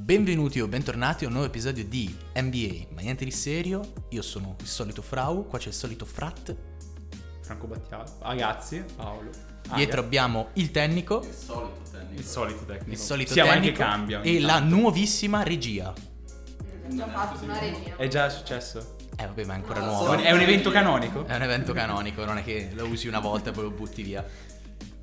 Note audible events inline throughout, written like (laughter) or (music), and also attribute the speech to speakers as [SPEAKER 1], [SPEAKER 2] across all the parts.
[SPEAKER 1] Benvenuti o bentornati a un nuovo episodio di NBA, ma niente di serio, io sono il solito Frau, qua c'è il solito Frat,
[SPEAKER 2] Ah, Franco Battiato, ragazzi, Paolo. Aia,
[SPEAKER 1] dietro abbiamo il tecnico,
[SPEAKER 3] Il solito tecnico.
[SPEAKER 2] il solito tecnico.
[SPEAKER 1] il solito
[SPEAKER 2] Siamo
[SPEAKER 1] tecnico
[SPEAKER 2] anche cambia. ogni
[SPEAKER 1] e la
[SPEAKER 2] tanto.
[SPEAKER 1] nuovissima regia.
[SPEAKER 3] Non
[SPEAKER 4] Ho
[SPEAKER 3] è
[SPEAKER 4] fatto
[SPEAKER 3] così
[SPEAKER 4] una
[SPEAKER 3] buono.
[SPEAKER 4] regia.
[SPEAKER 2] È già successo?
[SPEAKER 1] Eh vabbè ma è ancora
[SPEAKER 4] Ah,
[SPEAKER 1] nuova,
[SPEAKER 3] sorry.
[SPEAKER 2] È un evento canonico?
[SPEAKER 1] è un evento canonico, non è che lo usi una volta e poi lo butti
[SPEAKER 2] (laughs)
[SPEAKER 1] via.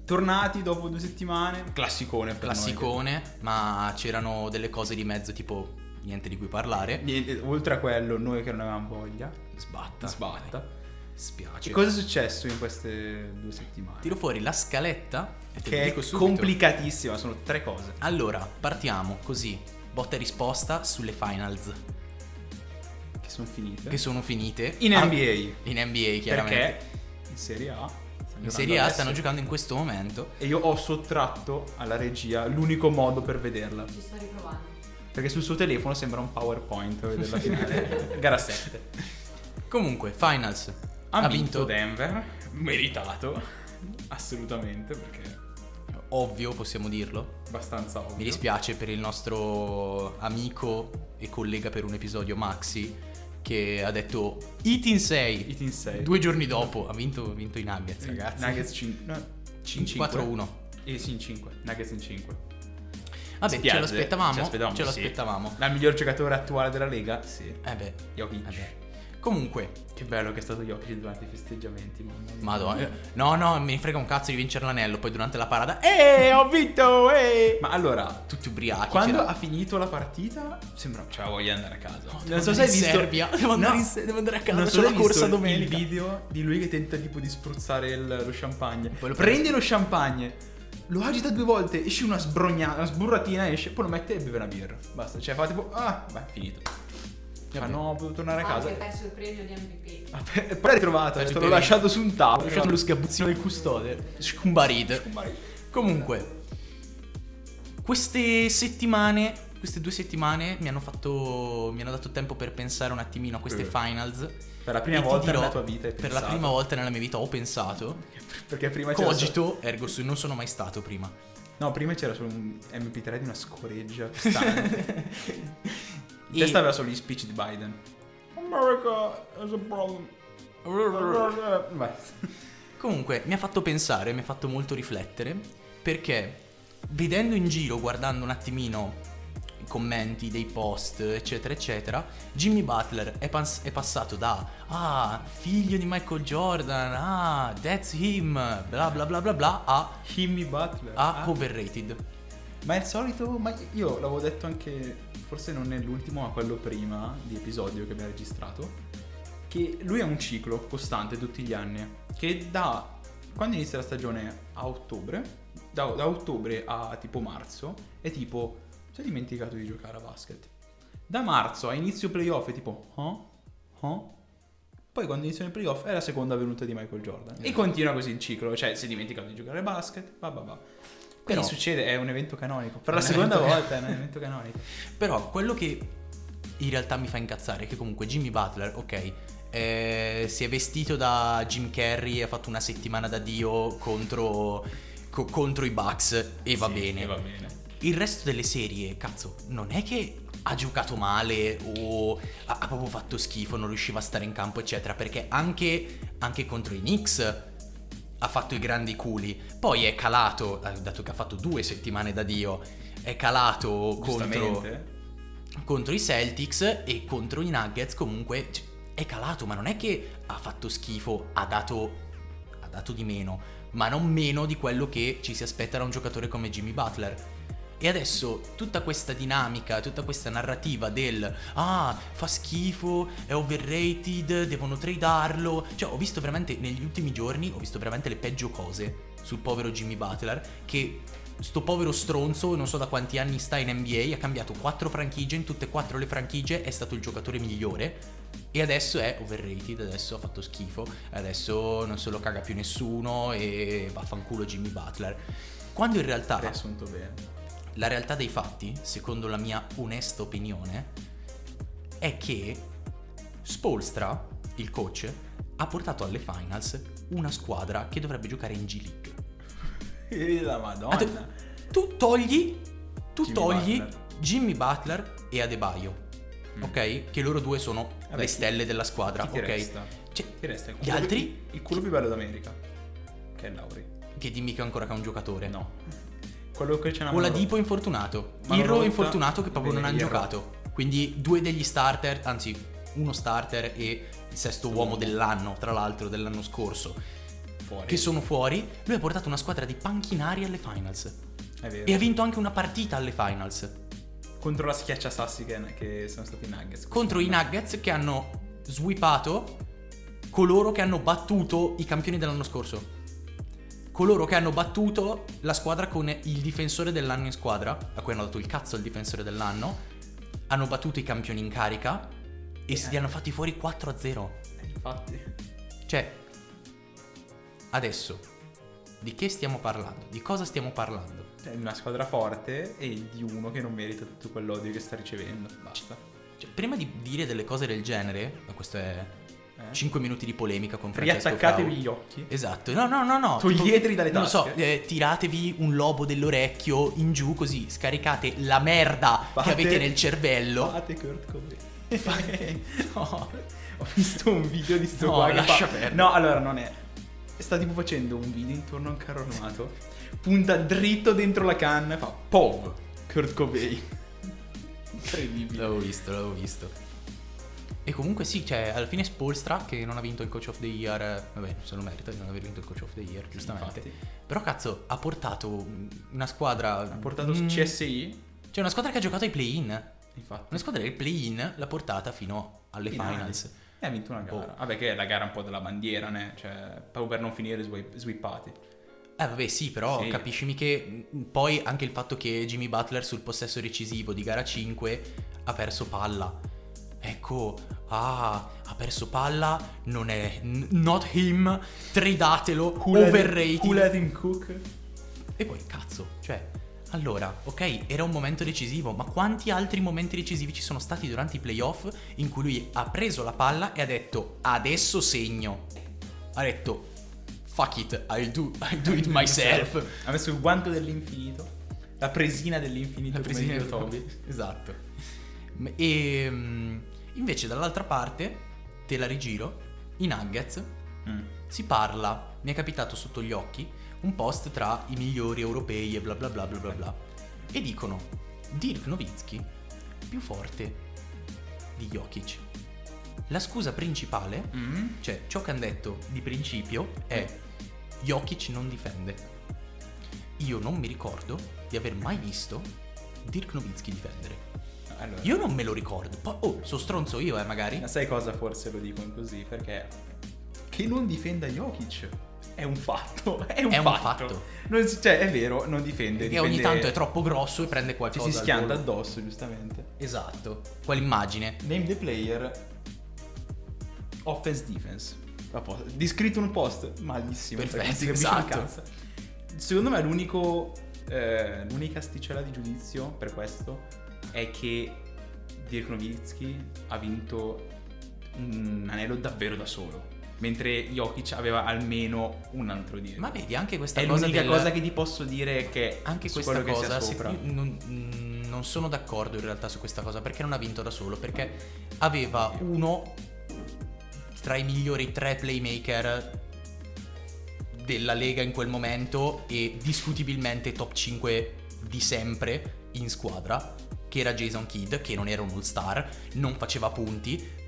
[SPEAKER 2] Tornati dopo due settimane. Classicone per noi.
[SPEAKER 1] Classicone, ma c'erano delle cose di mezzo tipo niente di cui parlare,
[SPEAKER 2] Niente, oltre a quello, noi che non avevamo voglia,
[SPEAKER 1] sbatta,
[SPEAKER 2] sbatta.
[SPEAKER 1] Dai, spiace.
[SPEAKER 2] E cosa è successo in queste due settimane?
[SPEAKER 1] Tiro fuori la scaletta e te lo
[SPEAKER 2] che è
[SPEAKER 1] dico subito.
[SPEAKER 2] complicatissima, sono tre cose.
[SPEAKER 1] Allora, partiamo così, botta e risposta sulle finals
[SPEAKER 2] Che sono finite.
[SPEAKER 1] che sono finite
[SPEAKER 2] In
[SPEAKER 1] Ah,
[SPEAKER 2] NBA.
[SPEAKER 1] in NBA chiaramente.
[SPEAKER 2] Perché in Serie A.
[SPEAKER 1] In Serie A stanno giocando in questo momento.
[SPEAKER 2] E io ho sottratto alla regia l'unico modo per vederla.
[SPEAKER 4] Ci sto riprovando.
[SPEAKER 2] Perché sul suo telefono sembra un PowerPoint vedere
[SPEAKER 1] (laughs)
[SPEAKER 2] la finale. Gara 7.
[SPEAKER 1] Comunque, finals.
[SPEAKER 2] Ha, vinto, Denver, meritato, assolutamente, perché
[SPEAKER 1] ovvio, possiamo dirlo.
[SPEAKER 2] è abbastanza ovvio.
[SPEAKER 1] Mi dispiace per il nostro amico e collega per un episodio Maxi che ha detto It in 6
[SPEAKER 2] It in 6.
[SPEAKER 1] due giorni dopo ha vinto, ha vinto i Nuggets, ragazzi.
[SPEAKER 2] Nuggets 5. No,
[SPEAKER 1] 4-1.
[SPEAKER 2] Eh sì, in 5. Nuggets in 5.
[SPEAKER 1] Vabbè, ce
[SPEAKER 2] Spiagge,
[SPEAKER 1] l'aspettavamo,
[SPEAKER 2] ce l'aspettavamo,
[SPEAKER 1] ce
[SPEAKER 2] sì.
[SPEAKER 1] l'aspettavamo.
[SPEAKER 2] La miglior giocatore attuale della Lega? Sì.
[SPEAKER 1] Eh beh,
[SPEAKER 2] Jokic.
[SPEAKER 1] eh beh. Comunque,
[SPEAKER 2] Che bello che è stato Jokic durante i festeggiamenti, mamma mia.
[SPEAKER 1] madonna. eh, No, no, me ne frega un cazzo di vincere l'anello, poi durante la parata "Eh, ho vinto!" Eh!
[SPEAKER 2] Ma allora,
[SPEAKER 1] Tutti ubriachi. cioè.
[SPEAKER 2] quando
[SPEAKER 1] c'era-
[SPEAKER 2] ha finito la partita, sembra... Cioè, voglio andare a casa.
[SPEAKER 1] Devo andare in Serbia. Devo andare, in, devo andare a casa.
[SPEAKER 2] Non
[SPEAKER 1] c'è
[SPEAKER 2] so
[SPEAKER 1] la
[SPEAKER 2] se hai
[SPEAKER 1] corsa
[SPEAKER 2] visto
[SPEAKER 1] domenica.
[SPEAKER 2] il video di lui che tenta tipo di spruzzare il- lo champagne.
[SPEAKER 1] Poi lo
[SPEAKER 2] Prende lo champagne, lo agita due volte, esce una sbrognata, una sburratina, esce, poi lo mette e beve una birra. Basta, cioè fa tipo ah, vai, finito. Fa
[SPEAKER 1] Vabbè.
[SPEAKER 2] no, devo tornare a
[SPEAKER 4] Ho
[SPEAKER 2] casa.
[SPEAKER 4] anche perso il premio di MVP.
[SPEAKER 2] Ah, per- Poi l'hai trovato,
[SPEAKER 1] Oggi
[SPEAKER 2] te l'ho
[SPEAKER 1] bevi.
[SPEAKER 2] lasciato su un tavolo.
[SPEAKER 1] Ho lasciato lo sgabuzzino del custode. Scumbaride. Comunque, queste settimane, queste due settimane mi hanno fatto, mi hanno dato tempo per pensare un attimino a queste
[SPEAKER 2] Eh.
[SPEAKER 1] finals.
[SPEAKER 2] Per la prima
[SPEAKER 1] E ti
[SPEAKER 2] volta
[SPEAKER 1] dirò,
[SPEAKER 2] nella tua vita hai
[SPEAKER 1] Per la
[SPEAKER 2] pensato.
[SPEAKER 1] prima volta nella mia vita ho pensato.
[SPEAKER 2] Perché prima c'era solo-
[SPEAKER 1] Cogito, ergo sum, non sono mai stato prima.
[SPEAKER 2] No, prima c'era solo un MP3 di una scoreggia costante. In
[SPEAKER 1] E-
[SPEAKER 2] testa aveva solo gli speech di Biden. America has a problem. Vai.
[SPEAKER 1] Comunque, mi ha fatto pensare, mi ha fatto molto riflettere, perché vedendo in giro, guardando un attimino i commenti dei post, eccetera, eccetera, Jimmy Butler è, pans- è passato da, ah, figlio di Michael Jordan, ah, that's him, bla bla bla bla bla, a,
[SPEAKER 2] Jimmy Butler.
[SPEAKER 1] a
[SPEAKER 2] Ah.
[SPEAKER 1] overrated.
[SPEAKER 2] Ma è il solito, ma io l'avevo detto anche, forse non è l'ultimo, ma quello prima di episodio che abbiamo registrato, che lui è un ciclo costante tutti gli anni, che da quando inizia la stagione a ottobre, da, da ottobre a tipo marzo, è tipo, ti hai dimenticato di giocare a basket. Da marzo a inizio playoff è tipo, oh, oh. Poi quando iniziano i playoff è la seconda venuta di Michael Jordan. E continua così il ciclo, cioè si è dimenticato di giocare a basket, va va va. Quindi
[SPEAKER 1] Però-
[SPEAKER 2] succede, è un evento canonico. Per la
[SPEAKER 1] Un
[SPEAKER 2] seconda
[SPEAKER 1] evento-
[SPEAKER 2] volta è (laughs) un evento canonico.
[SPEAKER 1] Però quello che in realtà mi fa incazzare è che comunque Jimmy Butler, ok, eh, si è vestito da Jim Carrey e ha fatto una settimana da Dio contro, co- contro i Bucks e va
[SPEAKER 2] Sì,
[SPEAKER 1] bene.
[SPEAKER 2] e va bene.
[SPEAKER 1] Il resto delle serie, cazzo, non è che ha giocato male o ha, ha proprio fatto schifo, non riusciva a stare in campo, eccetera, perché anche, anche contro i Knicks ha fatto i grandi culi. Poi è calato, eh, dato che ha fatto due settimane da Dio, è calato contro
[SPEAKER 2] Giustamente.
[SPEAKER 1] contro i Celtics e contro i Nuggets comunque c- è calato, ma non è che ha fatto schifo, ha dato, ha dato di meno, ma non meno di quello che ci si aspetta da un giocatore come Jimmy Butler. E adesso tutta questa dinamica, tutta questa narrativa del ah, fa schifo, è overrated, devono tradarlo. Cioè, ho visto veramente negli ultimi giorni, ho visto veramente le peggio cose sul povero Jimmy Butler che sto povero stronzo, non so da quanti anni sta in NBA, ha cambiato quattro franchigie, in tutte e quattro le franchigie è stato il giocatore migliore e adesso è overrated, adesso ha fatto schifo, adesso non se lo caga più nessuno e vaffanculo Jimmy Butler. Quando in realtà
[SPEAKER 2] Riassunto bene.
[SPEAKER 1] la realtà dei fatti, secondo la mia onesta opinione, è che Spolstra, il coach, ha portato alle finals una squadra che dovrebbe giocare in G League.
[SPEAKER 2] E la
[SPEAKER 1] Ah,
[SPEAKER 2] madonna. Mm.
[SPEAKER 1] tu, tu togli, tu
[SPEAKER 2] Jimmy
[SPEAKER 1] togli
[SPEAKER 2] Butler.
[SPEAKER 1] Jimmy Butler e Adebayo,
[SPEAKER 2] Mm.
[SPEAKER 1] ok? Che loro due sono
[SPEAKER 2] Vabbè,
[SPEAKER 1] le
[SPEAKER 2] chi-
[SPEAKER 1] stelle della squadra,
[SPEAKER 2] Chi ti
[SPEAKER 1] ok?
[SPEAKER 2] resta?
[SPEAKER 1] Cioè,
[SPEAKER 2] Ti resta il
[SPEAKER 1] Gli
[SPEAKER 2] culo
[SPEAKER 1] altri?
[SPEAKER 2] più- il culo più bello d'America, che è Lauri.
[SPEAKER 1] che dimmi che ancora che è un giocatore.
[SPEAKER 2] No. Quello che c'è una
[SPEAKER 1] O la
[SPEAKER 2] mano-
[SPEAKER 1] Dipo infortunato.
[SPEAKER 2] Mano
[SPEAKER 1] Irro
[SPEAKER 2] rotta,
[SPEAKER 1] infortunato che proprio non
[SPEAKER 2] bene,
[SPEAKER 1] hanno
[SPEAKER 2] Irro.
[SPEAKER 1] giocato. Quindi due degli starter, anzi uno starter e il sesto uomo dell'anno, tra l'altro dell'anno scorso,
[SPEAKER 2] fuori.
[SPEAKER 1] che sono fuori. Lui ha portato una squadra di panchinari alle finals.
[SPEAKER 2] È vero.
[SPEAKER 1] E ha vinto anche una partita alle finals.
[SPEAKER 2] Contro la schiaccia sassi che, che sono stati i Nuggets.
[SPEAKER 1] Contro i Nuggets che hanno sweepato coloro che hanno battuto i campioni dell'anno scorso. Coloro che hanno battuto la squadra con il difensore dell'anno in squadra, a cui hanno dato il cazzo il difensore dell'anno, hanno battuto i campioni in carica e si li hanno fatti fuori 4-0.
[SPEAKER 2] Eh, Infatti.
[SPEAKER 1] Cioè, adesso, di che stiamo parlando? Di cosa stiamo parlando?
[SPEAKER 2] È una squadra forte e di uno che non merita tutto quell'odio che sta ricevendo. Basta.
[SPEAKER 1] Cioè, prima di dire delle cose del genere, ma questo è
[SPEAKER 2] Eh?
[SPEAKER 1] 5 minuti di polemica con Francesco
[SPEAKER 2] Riattaccatevi
[SPEAKER 1] Frau.
[SPEAKER 2] gli occhi.
[SPEAKER 1] Esatto, no, no, no, no.
[SPEAKER 2] Toglieteli
[SPEAKER 1] Tipo,
[SPEAKER 2] dalle
[SPEAKER 1] Non lo so,
[SPEAKER 2] tasche.
[SPEAKER 1] eh, tiratevi un lobo dell'orecchio in giù così scaricate la merda
[SPEAKER 2] Fate-
[SPEAKER 1] che avete nel cervello.
[SPEAKER 2] Fate Kurt Cobain.
[SPEAKER 1] (laughs)
[SPEAKER 2] no, (laughs) ho visto un video di sto
[SPEAKER 1] No,
[SPEAKER 2] qua che
[SPEAKER 1] lascia
[SPEAKER 2] fa-
[SPEAKER 1] perdere.
[SPEAKER 2] No, allora non è. Sta tipo facendo un video intorno a un carro armato. Punta dritto dentro la canna e fa POV. Kurt Cobain. Incredibile.
[SPEAKER 1] L'avevo visto, l'avevo visto. E comunque sì, cioè, alla fine Spolstra che non ha vinto il Coach of the Year, eh, vabbè, se lo merita di non aver vinto il Coach of the Year, giustamente.
[SPEAKER 2] Infatti.
[SPEAKER 1] Però cazzo, ha portato una squadra...
[SPEAKER 2] Ha portato
[SPEAKER 1] Mm,
[SPEAKER 2] CSI.
[SPEAKER 1] Cioè una squadra che ha giocato ai play-in.
[SPEAKER 2] Infatti.
[SPEAKER 1] Una squadra del play-in l'ha portata fino alle
[SPEAKER 2] Finali.
[SPEAKER 1] finals.
[SPEAKER 2] E ha vinto una gara.
[SPEAKER 1] Boh.
[SPEAKER 2] Vabbè, che è la gara un po' della bandiera, né? Cioè, proprio per non finire swi- swippati.
[SPEAKER 1] Eh vabbè sì, però
[SPEAKER 2] Sì.
[SPEAKER 1] capiscimi che mh, poi anche il fatto che Jimmy Butler sul possesso decisivo di gara 5 ha perso palla. Ecco, ah, ha perso palla, non è n- not him, tridatelo, overrated.
[SPEAKER 2] in Cook.
[SPEAKER 1] E poi cazzo, cioè, allora, ok, era un momento decisivo, ma quanti altri momenti decisivi ci sono stati durante i playoff in cui lui ha preso la palla e ha detto adesso segno? Ha detto fuck it, I'll do, I'll do
[SPEAKER 2] (laughs)
[SPEAKER 1] it myself.
[SPEAKER 2] Ha messo il guanto dell'infinito. La presina dell'infinito.
[SPEAKER 1] La
[SPEAKER 2] come
[SPEAKER 1] presina
[SPEAKER 2] dice
[SPEAKER 1] di
[SPEAKER 2] Toby. (laughs)
[SPEAKER 1] Toby. Esatto. M- E mm, invece dall'altra parte, te la rigiro, i Nuggets
[SPEAKER 2] Mm.
[SPEAKER 1] si parla, mi è capitato sotto gli occhi, un post tra i migliori europei e bla bla bla bla bla bla. E dicono Dirk Nowitzki più forte di Jokic. La scusa principale,
[SPEAKER 2] Mm.
[SPEAKER 1] cioè ciò che hanno detto di principio è Jokic non difende. Io non mi ricordo di aver mai visto Dirk Nowitzki difendere.
[SPEAKER 2] Allora,
[SPEAKER 1] Io non me lo ricordo. Poi, oh, sono stronzo io, eh, magari.
[SPEAKER 2] ma sai cosa forse lo dicono così? Perché che non difenda Jokic è un fatto. (laughs) È un
[SPEAKER 1] È un
[SPEAKER 2] fatto.
[SPEAKER 1] fatto.
[SPEAKER 2] Non si- cioè, è vero, non difende.
[SPEAKER 1] Perché ogni
[SPEAKER 2] difende-
[SPEAKER 1] tanto è troppo grosso e prende
[SPEAKER 2] Ci
[SPEAKER 1] qualcosa.
[SPEAKER 2] si
[SPEAKER 1] al
[SPEAKER 2] schianta
[SPEAKER 1] volo.
[SPEAKER 2] addosso, giustamente.
[SPEAKER 1] Esatto. Quell'immagine.
[SPEAKER 2] Name the player offense defense. A posto. Descritto in un post malissimo.
[SPEAKER 1] Perfetto,
[SPEAKER 2] perché non si capisce un
[SPEAKER 1] esatto.
[SPEAKER 2] cazzo. Secondo me l'unico eh, l'unica sticella di giudizio per questo è che Dirk Nowitzki ha vinto un anello davvero da solo. Mentre Jokic aveva almeno un altro Dirk.
[SPEAKER 1] Ma vedi, anche questa
[SPEAKER 2] è
[SPEAKER 1] cosa
[SPEAKER 2] l'unica
[SPEAKER 1] del-
[SPEAKER 2] cosa che ti posso dire è che
[SPEAKER 1] Anche
[SPEAKER 2] su
[SPEAKER 1] questa
[SPEAKER 2] quello che
[SPEAKER 1] cosa,
[SPEAKER 2] sia
[SPEAKER 1] se-
[SPEAKER 2] sopra.
[SPEAKER 1] non, mm, non sono d'accordo in realtà su questa cosa, perché non ha vinto da solo, perché aveva uno tra i migliori tre playmaker della Lega in quel momento e discutibilmente top 5 di sempre in squadra, che era Jason Kidd, che non era un all-star, non faceva punti,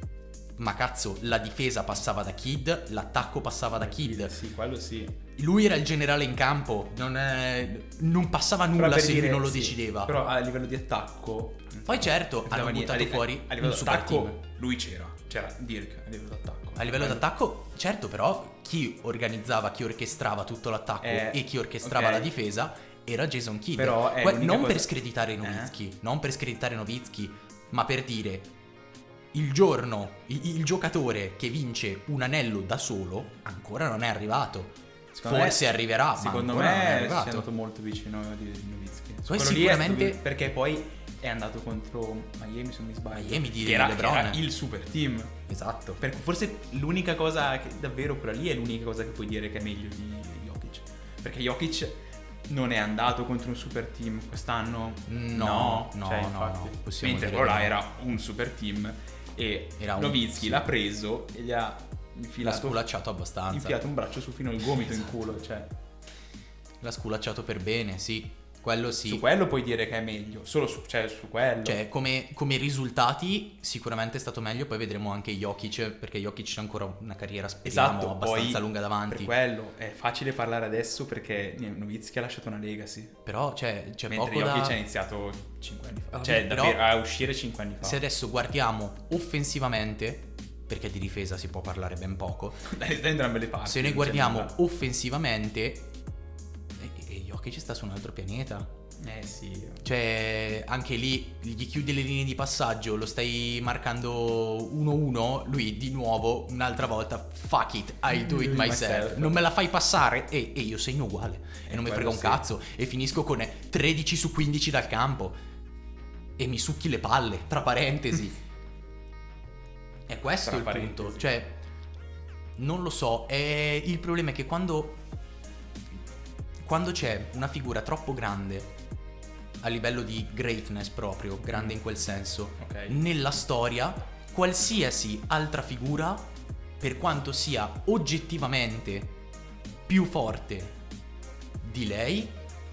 [SPEAKER 1] ma cazzo, la difesa passava da Kidd, l'attacco passava da Kidd,
[SPEAKER 2] Sì, quello sì.
[SPEAKER 1] lui era il generale in campo, non, è- non passava
[SPEAKER 2] Però
[SPEAKER 1] nulla
[SPEAKER 2] per
[SPEAKER 1] se
[SPEAKER 2] dire,
[SPEAKER 1] lui non lo
[SPEAKER 2] sì,
[SPEAKER 1] decideva.
[SPEAKER 2] Però a livello di attacco.
[SPEAKER 1] Poi certo,
[SPEAKER 2] non
[SPEAKER 1] hanno
[SPEAKER 2] dava niente.
[SPEAKER 1] buttato
[SPEAKER 2] A live-
[SPEAKER 1] fuori
[SPEAKER 2] a livello
[SPEAKER 1] un
[SPEAKER 2] di
[SPEAKER 1] super
[SPEAKER 2] attacco.
[SPEAKER 1] team.
[SPEAKER 2] Lui c'era. C'era Dirk a livello d'attacco. Eh,
[SPEAKER 1] A livello d'attacco, certo però, chi organizzava, chi orchestrava tutto l'attacco
[SPEAKER 2] Eh,
[SPEAKER 1] e chi orchestrava
[SPEAKER 2] ok.
[SPEAKER 1] la difesa era Jason Kidd.
[SPEAKER 2] Però è
[SPEAKER 1] Que-
[SPEAKER 2] l'unica
[SPEAKER 1] non
[SPEAKER 2] cosa-
[SPEAKER 1] per screditare
[SPEAKER 2] Eh?
[SPEAKER 1] Nowitzki, non per screditare Nowitzki, ma per dire il giorno, i- il giocatore che vince un anello da solo ancora non è arrivato.
[SPEAKER 2] Secondo
[SPEAKER 1] Forse
[SPEAKER 2] me-
[SPEAKER 1] arriverà,
[SPEAKER 2] Secondo
[SPEAKER 1] ma ancora non è
[SPEAKER 2] me è
[SPEAKER 1] arrivato.
[SPEAKER 2] andato molto vicino a di di Nowitzki. Su
[SPEAKER 1] Poi
[SPEAKER 2] quello lì è stato
[SPEAKER 1] sicuramente-
[SPEAKER 2] lui, perché poi è andato contro Miami, se non mi sbaglio.
[SPEAKER 1] Miami di
[SPEAKER 2] che era,
[SPEAKER 1] LeBron.
[SPEAKER 2] che era il super team.
[SPEAKER 1] Esatto.
[SPEAKER 2] Per- forse l'unica cosa che davvero quella lì è l'unica cosa che puoi dire che è meglio di Jokic. Perché Jokic non è andato contro un super team quest'anno.
[SPEAKER 1] No, no,
[SPEAKER 2] cioè,
[SPEAKER 1] no,
[SPEAKER 2] infatti.
[SPEAKER 1] no, possiamo
[SPEAKER 2] Mentre
[SPEAKER 1] dire
[SPEAKER 2] però là
[SPEAKER 1] no.
[SPEAKER 2] era un super team e
[SPEAKER 1] Era un-
[SPEAKER 2] Nowitzki
[SPEAKER 1] sì.
[SPEAKER 2] l'ha preso e gli ha
[SPEAKER 1] L'ha
[SPEAKER 2] infilato,
[SPEAKER 1] sculacciato abbastanza.
[SPEAKER 2] infilato un braccio su fino al gomito in
[SPEAKER 1] Esatto.
[SPEAKER 2] culo. Cioè,
[SPEAKER 1] L'ha sculacciato per bene, sì. Quello sì.
[SPEAKER 2] su quello puoi dire che è meglio, solo su, cioè, su quello.
[SPEAKER 1] Cioè, come, come risultati, sicuramente è stato meglio. Poi vedremo anche Jokic, perché Jokic c'è ancora una carriera, speriamo,
[SPEAKER 2] Esatto,
[SPEAKER 1] abbastanza
[SPEAKER 2] poi
[SPEAKER 1] lunga
[SPEAKER 2] Per
[SPEAKER 1] davanti.
[SPEAKER 2] quello è facile parlare adesso perché Nowitzki ha lasciato una legacy.
[SPEAKER 1] Però cioè, c'è
[SPEAKER 2] mentre
[SPEAKER 1] poco da...
[SPEAKER 2] Jokic ha iniziato 5 anni fa.
[SPEAKER 1] Vabbè,
[SPEAKER 2] Cioè,
[SPEAKER 1] però-
[SPEAKER 2] davvero, a uscire 5 anni fa. (laughs)
[SPEAKER 1] Se adesso guardiamo offensivamente, perché di difesa si può parlare ben poco,
[SPEAKER 2] da, da entrambe le parti.
[SPEAKER 1] se noi
[SPEAKER 2] non
[SPEAKER 1] guardiamo
[SPEAKER 2] c'è
[SPEAKER 1] offensivamente, e, e Jokic sta su un altro pianeta.
[SPEAKER 2] nulla. Eh sì.
[SPEAKER 1] Cioè, anche lì gli chiudi le linee di passaggio, lo stai marcando 1-1, lui di nuovo, un'altra volta, fuck it, I do it
[SPEAKER 2] Do it
[SPEAKER 1] myself.
[SPEAKER 2] myself.
[SPEAKER 1] Non me la fai passare e, e io segno uguale. E,
[SPEAKER 2] E
[SPEAKER 1] non mi frega
[SPEAKER 2] quello
[SPEAKER 1] un
[SPEAKER 2] sì.
[SPEAKER 1] cazzo. E finisco con 13 su 15 dal campo. E mi succhi le palle, tra
[SPEAKER 2] (laughs)
[SPEAKER 1] parentesi. è questo
[SPEAKER 2] Tra
[SPEAKER 1] il
[SPEAKER 2] parentesi.
[SPEAKER 1] punto. Cioè, non lo so. è- Il problema è che quando quando c'è una figura troppo grande a livello di greatness proprio, grande
[SPEAKER 2] Mm.
[SPEAKER 1] in quel senso,
[SPEAKER 2] Ok.
[SPEAKER 1] nella storia, qualsiasi altra figura, per quanto sia oggettivamente più forte di lei,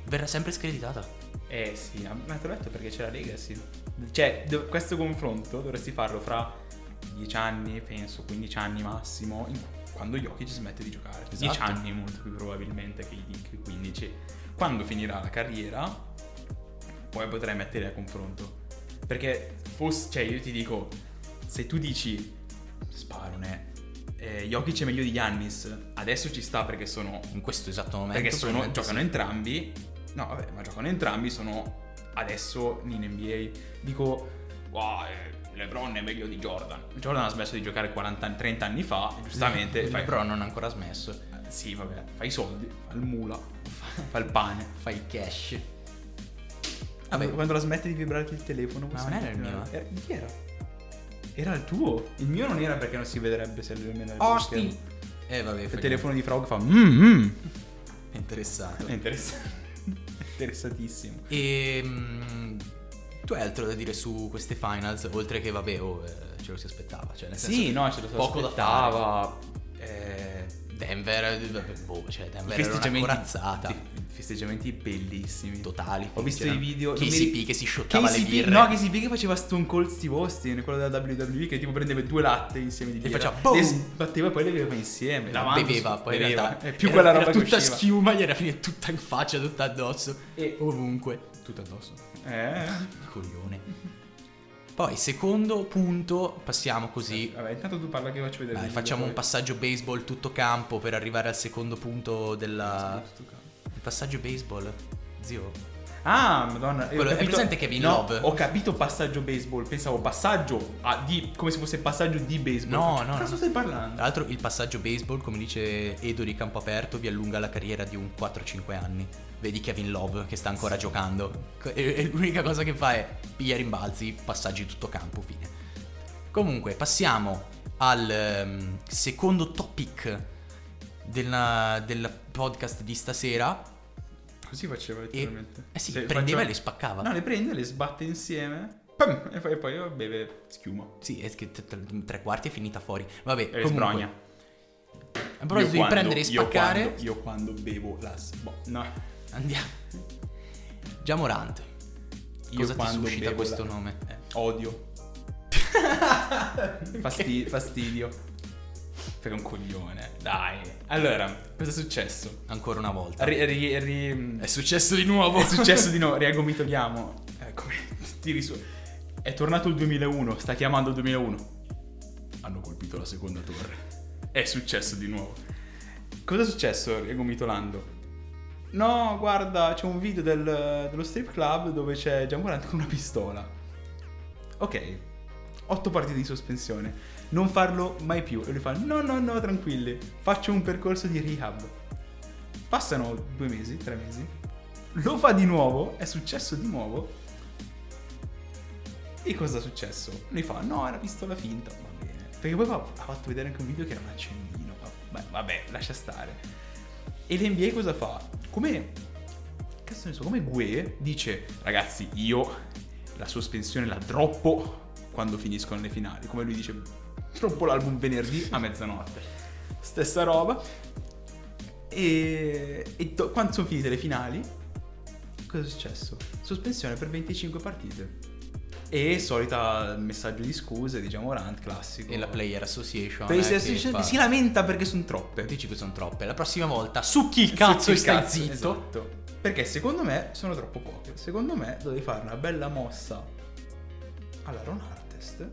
[SPEAKER 1] verrà sempre screditata.
[SPEAKER 2] Eh sì, ma te l'ho detto perché c'è la legacy. Cioè, do- questo confronto dovresti farlo fra 10 anni, penso, 15 anni massimo, in- quando Jokic smette di giocare. 10
[SPEAKER 1] Esatto.
[SPEAKER 2] anni molto più probabilmente che i che i 15. Quando finirà la carriera, poi potrai mettere a confronto. Perché, fosse, cioè, io ti dico, se tu dici, sparo, ne, eh, Jokic è meglio di Yannis, adesso ci sta perché sono
[SPEAKER 1] In questo esatto momento.
[SPEAKER 2] perché sono,
[SPEAKER 1] probabilmente
[SPEAKER 2] giocano entrambi. No, vabbè, ma giocano entrambi, sono adesso in NBA. Dico, wow, eh, LeBron è meglio di Jordan. Jordan ha smesso di giocare 40 anni- 30 anni fa, e
[SPEAKER 1] sì.
[SPEAKER 2] giustamente.
[SPEAKER 1] Il
[SPEAKER 2] fai,
[SPEAKER 1] LeBron non ha ancora smesso.
[SPEAKER 2] Sì, vabbè, fai i soldi, fa il mula, fa il pane.
[SPEAKER 1] Fai il cash.
[SPEAKER 2] Vabbè,
[SPEAKER 1] Vabbè,
[SPEAKER 2] quando la smette di vibrare il telefono,
[SPEAKER 1] Ma
[SPEAKER 2] possiamo
[SPEAKER 1] non era il
[SPEAKER 2] continuare.
[SPEAKER 1] mio,
[SPEAKER 2] Era, di chi era? Era il tuo. Il mio non era perché non si vedrebbe se lui me
[SPEAKER 1] Osti! Eh vabbè,
[SPEAKER 2] Il
[SPEAKER 1] fai-
[SPEAKER 2] telefono di Frog fa (laughs) mmm.
[SPEAKER 1] è interessato.
[SPEAKER 2] È interessante. (laughs) Interessatissimo.
[SPEAKER 1] E mm, tu hai altro da dire su queste finals? Oltre che, vabbè, oh, eh, ce lo si aspettava. Cioè, nel senso,
[SPEAKER 2] Sì, no, ce lo so,
[SPEAKER 1] poco da
[SPEAKER 2] aspettava. Eh,
[SPEAKER 1] Denver, eh, vabbè, boh, cioè, Denver era una
[SPEAKER 2] festeggiamenti,
[SPEAKER 1] corazzata.
[SPEAKER 2] sì, festeggiamenti bellissimi.
[SPEAKER 1] Totali.
[SPEAKER 2] Ho visto
[SPEAKER 1] Cioè,
[SPEAKER 2] i video. non mi
[SPEAKER 1] KCP
[SPEAKER 2] ri-
[SPEAKER 1] che si sciottava le
[SPEAKER 2] KCP
[SPEAKER 1] birre.
[SPEAKER 2] No, KCP che faceva Stone Cold Steve Austin, quello della WWE, che tipo prendeva due latte insieme di
[SPEAKER 1] E
[SPEAKER 2] birra.
[SPEAKER 1] faceva boom!
[SPEAKER 2] Le sbatteva e poi le beveva insieme. lavando
[SPEAKER 1] beveva
[SPEAKER 2] su-
[SPEAKER 1] poi in
[SPEAKER 2] beveva.
[SPEAKER 1] realtà
[SPEAKER 2] È più
[SPEAKER 1] era-
[SPEAKER 2] quella roba
[SPEAKER 1] era
[SPEAKER 2] che
[SPEAKER 1] tutta
[SPEAKER 2] usciva.
[SPEAKER 1] schiuma gli era finita tutta in faccia tutta addosso
[SPEAKER 2] E-
[SPEAKER 1] ovunque
[SPEAKER 2] Tutto addosso. Eh.
[SPEAKER 1] coglione poi secondo punto passiamo così
[SPEAKER 2] Vabbè, intanto tu parla che faccio vedere.
[SPEAKER 1] Dai,
[SPEAKER 2] il video,
[SPEAKER 1] facciamo un
[SPEAKER 2] poi-
[SPEAKER 1] passaggio baseball tutto campo per arrivare al secondo punto della
[SPEAKER 2] Sto cazzo.
[SPEAKER 1] il passaggio baseball zio
[SPEAKER 2] Ah, madonna. io ho
[SPEAKER 1] Quello- è presente Kevin
[SPEAKER 2] no,
[SPEAKER 1] Love?
[SPEAKER 2] Ho capito passaggio baseball, pensavo passaggio a di come se fosse passaggio di baseball.
[SPEAKER 1] No,
[SPEAKER 2] Cioè,
[SPEAKER 1] no,
[SPEAKER 2] Che cazzo
[SPEAKER 1] no.
[SPEAKER 2] stai parlando?
[SPEAKER 1] Tra l'altro il passaggio baseball, come dice Edo di campo aperto, vi allunga la carriera di un 4-5 anni. Vedi Kevin Love che sta ancora giocando. Co- E, e l'unica cosa che fa è piglia rimbalzi, passaggi tutto campo, fine. Comunque, passiamo al ehm, secondo topic della- del podcast di stasera.
[SPEAKER 2] Così faceva letteralmente.
[SPEAKER 1] Eh sì,
[SPEAKER 2] Se
[SPEAKER 1] prendeva
[SPEAKER 2] faccio-
[SPEAKER 1] e le spaccava.
[SPEAKER 2] No, le prende, le sbatte insieme. pam, e poi, e poi oh, beve schiuma.
[SPEAKER 1] Sì, è che t- t- tre quarti è finita fuori. Vabbè,
[SPEAKER 2] E le
[SPEAKER 1] comunque.
[SPEAKER 2] sbrogna.
[SPEAKER 1] A proposito di
[SPEAKER 2] quando-
[SPEAKER 1] prendere e
[SPEAKER 2] io
[SPEAKER 1] spaccare...
[SPEAKER 2] quando- Io quando, bevo la sbo- No.
[SPEAKER 1] Andiamo. Già Morant.
[SPEAKER 2] Io
[SPEAKER 1] Cosa ti
[SPEAKER 2] quando
[SPEAKER 1] suscita
[SPEAKER 2] bevo
[SPEAKER 1] questo
[SPEAKER 2] la-
[SPEAKER 1] nome?
[SPEAKER 2] Eh,
[SPEAKER 1] (laughs)
[SPEAKER 2] odio. Fasti- fastidio. Perché è un coglione. Dai. Allora, cosa è successo?
[SPEAKER 1] Ancora una volta.
[SPEAKER 2] Ri- ri- ri- mm,
[SPEAKER 1] È successo di nuovo.
[SPEAKER 2] È successo
[SPEAKER 1] (laughs)
[SPEAKER 2] di no, riaggomitoliamo. Eh, come (laughs) tiri su. È tornato il 2001, sta chiamando il 2001. Hanno colpito la seconda torre. È successo di nuovo. Cosa è successo riaggomitolando? No, guarda, c'è un video del- dello strip club dove c'è Gianmorante con una pistola. Ok, 8 partite di sospensione. Non farlo mai più. E lui fa: No, no, no, tranquilli. Faccio un percorso di rehab. Passano due mesi, tre mesi. Lo fa di nuovo. È successo di nuovo. E cosa è successo? Lui fa: No, è una pistola finta. Va bene. Perché poi fa- ha fatto vedere anche un video che era un accendino. Va- Vabbè, lascia stare. E l'NBA cosa fa? Come questo senso, come Gue dice, ragazzi, io la sospensione la droppo quando finiscono le finali, come lui dice, droppo l'album venerdì a mezzanotte. Stessa roba. E, e do- quando sono finite le finali, cosa è successo? Sospensione per 25 partite. E solita messaggio di scuse di Jamorant, classico.
[SPEAKER 1] E la Player Association.
[SPEAKER 2] Player
[SPEAKER 1] eh, che
[SPEAKER 2] Association
[SPEAKER 1] fa-
[SPEAKER 2] si lamenta perché sono troppe.
[SPEAKER 1] Dici che sono troppe. La prossima volta, succhi il cazzo e
[SPEAKER 2] Sì,
[SPEAKER 1] stai
[SPEAKER 2] cazzo,
[SPEAKER 1] zitto.
[SPEAKER 2] esatto. Perché secondo me sono troppo poche. Secondo me dovevi fare una bella mossa alla Ron Artest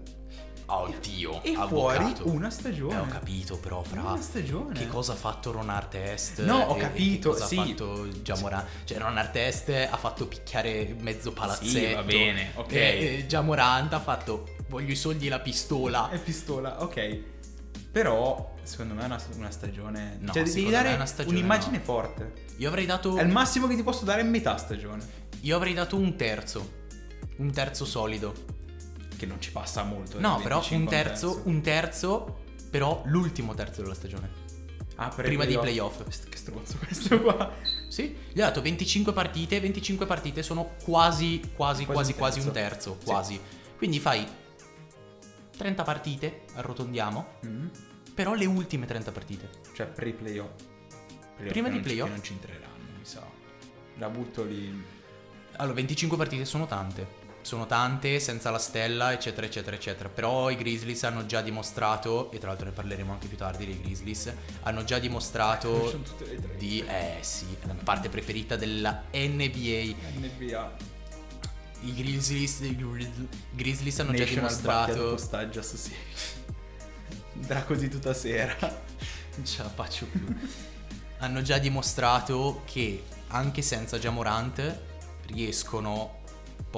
[SPEAKER 1] Oddio,
[SPEAKER 2] esatto. e fuori
[SPEAKER 1] Oh, avvocato.
[SPEAKER 2] una stagione.
[SPEAKER 1] Eh, ho capito, però, fra.
[SPEAKER 2] Una stagione.
[SPEAKER 1] Che cosa ha fatto Ron Artest?
[SPEAKER 2] No, ho
[SPEAKER 1] e- e
[SPEAKER 2] capito,
[SPEAKER 1] Che cosa
[SPEAKER 2] sì.
[SPEAKER 1] ha fatto Giamorant? Cioè, Ron Artest ha fatto picchiare mezzo palazzetto. Eh,
[SPEAKER 2] Sì, va bene, ok.
[SPEAKER 1] E, e Giamorant ha fatto voglio i soldi e la pistola.
[SPEAKER 2] E pistola, ok. Però secondo me è una, una stagione...
[SPEAKER 1] No,
[SPEAKER 2] cioè devi
[SPEAKER 1] secondo me
[SPEAKER 2] dare
[SPEAKER 1] è una stagione,
[SPEAKER 2] un'immagine
[SPEAKER 1] no. Oh.
[SPEAKER 2] forte.
[SPEAKER 1] Io avrei dato
[SPEAKER 2] È il massimo che ti posso dare è metà stagione.
[SPEAKER 1] io avrei dato un terzo. Un terzo solido.
[SPEAKER 2] Che non ci passa molto. eh,
[SPEAKER 1] No,
[SPEAKER 2] dai,
[SPEAKER 1] però
[SPEAKER 2] 25
[SPEAKER 1] un
[SPEAKER 2] a
[SPEAKER 1] terzo, un terzo, però l'ultimo terzo della stagione.
[SPEAKER 2] Ah, per i
[SPEAKER 1] prima dei
[SPEAKER 2] Questo- Che stronzo questo qua.
[SPEAKER 1] Sì, gli ho dato 25 partite, 25 partite sono quasi, quasi, quasi,
[SPEAKER 2] Quasi un
[SPEAKER 1] quasi un
[SPEAKER 2] terzo.
[SPEAKER 1] terzo, quasi. Quindi fai 30 partite, arrotondiamo,
[SPEAKER 2] Mm.
[SPEAKER 1] però le ultime 30 partite.
[SPEAKER 2] cioè pre-playoff. Playoff
[SPEAKER 1] Prima di
[SPEAKER 2] che non ci-
[SPEAKER 1] playoff?
[SPEAKER 2] che non ci entreranno, mi sa. La butto lì.
[SPEAKER 1] Allora, 25 partite sono tante. Sono tante, senza la stella, eccetera, eccetera, eccetera. Però i Grizzlies hanno già dimostrato, e tra l'altro ne parleremo anche più tardi dei Grizzlies, hanno già
[SPEAKER 2] Non
[SPEAKER 1] dimostrato
[SPEAKER 2] sono tutte le tre.
[SPEAKER 1] di... Eh sì, è la mia parte preferita della NBA.
[SPEAKER 2] NBA.
[SPEAKER 1] I Grizzlies, i Grizz- Grizzlies hanno già
[SPEAKER 2] National Battle
[SPEAKER 1] dimostrato...
[SPEAKER 2] Postage Association. Andrà così tutta sera.
[SPEAKER 1] Non ce la faccio più. (laughs) Hanno già dimostrato che anche senza Jamorant riescono,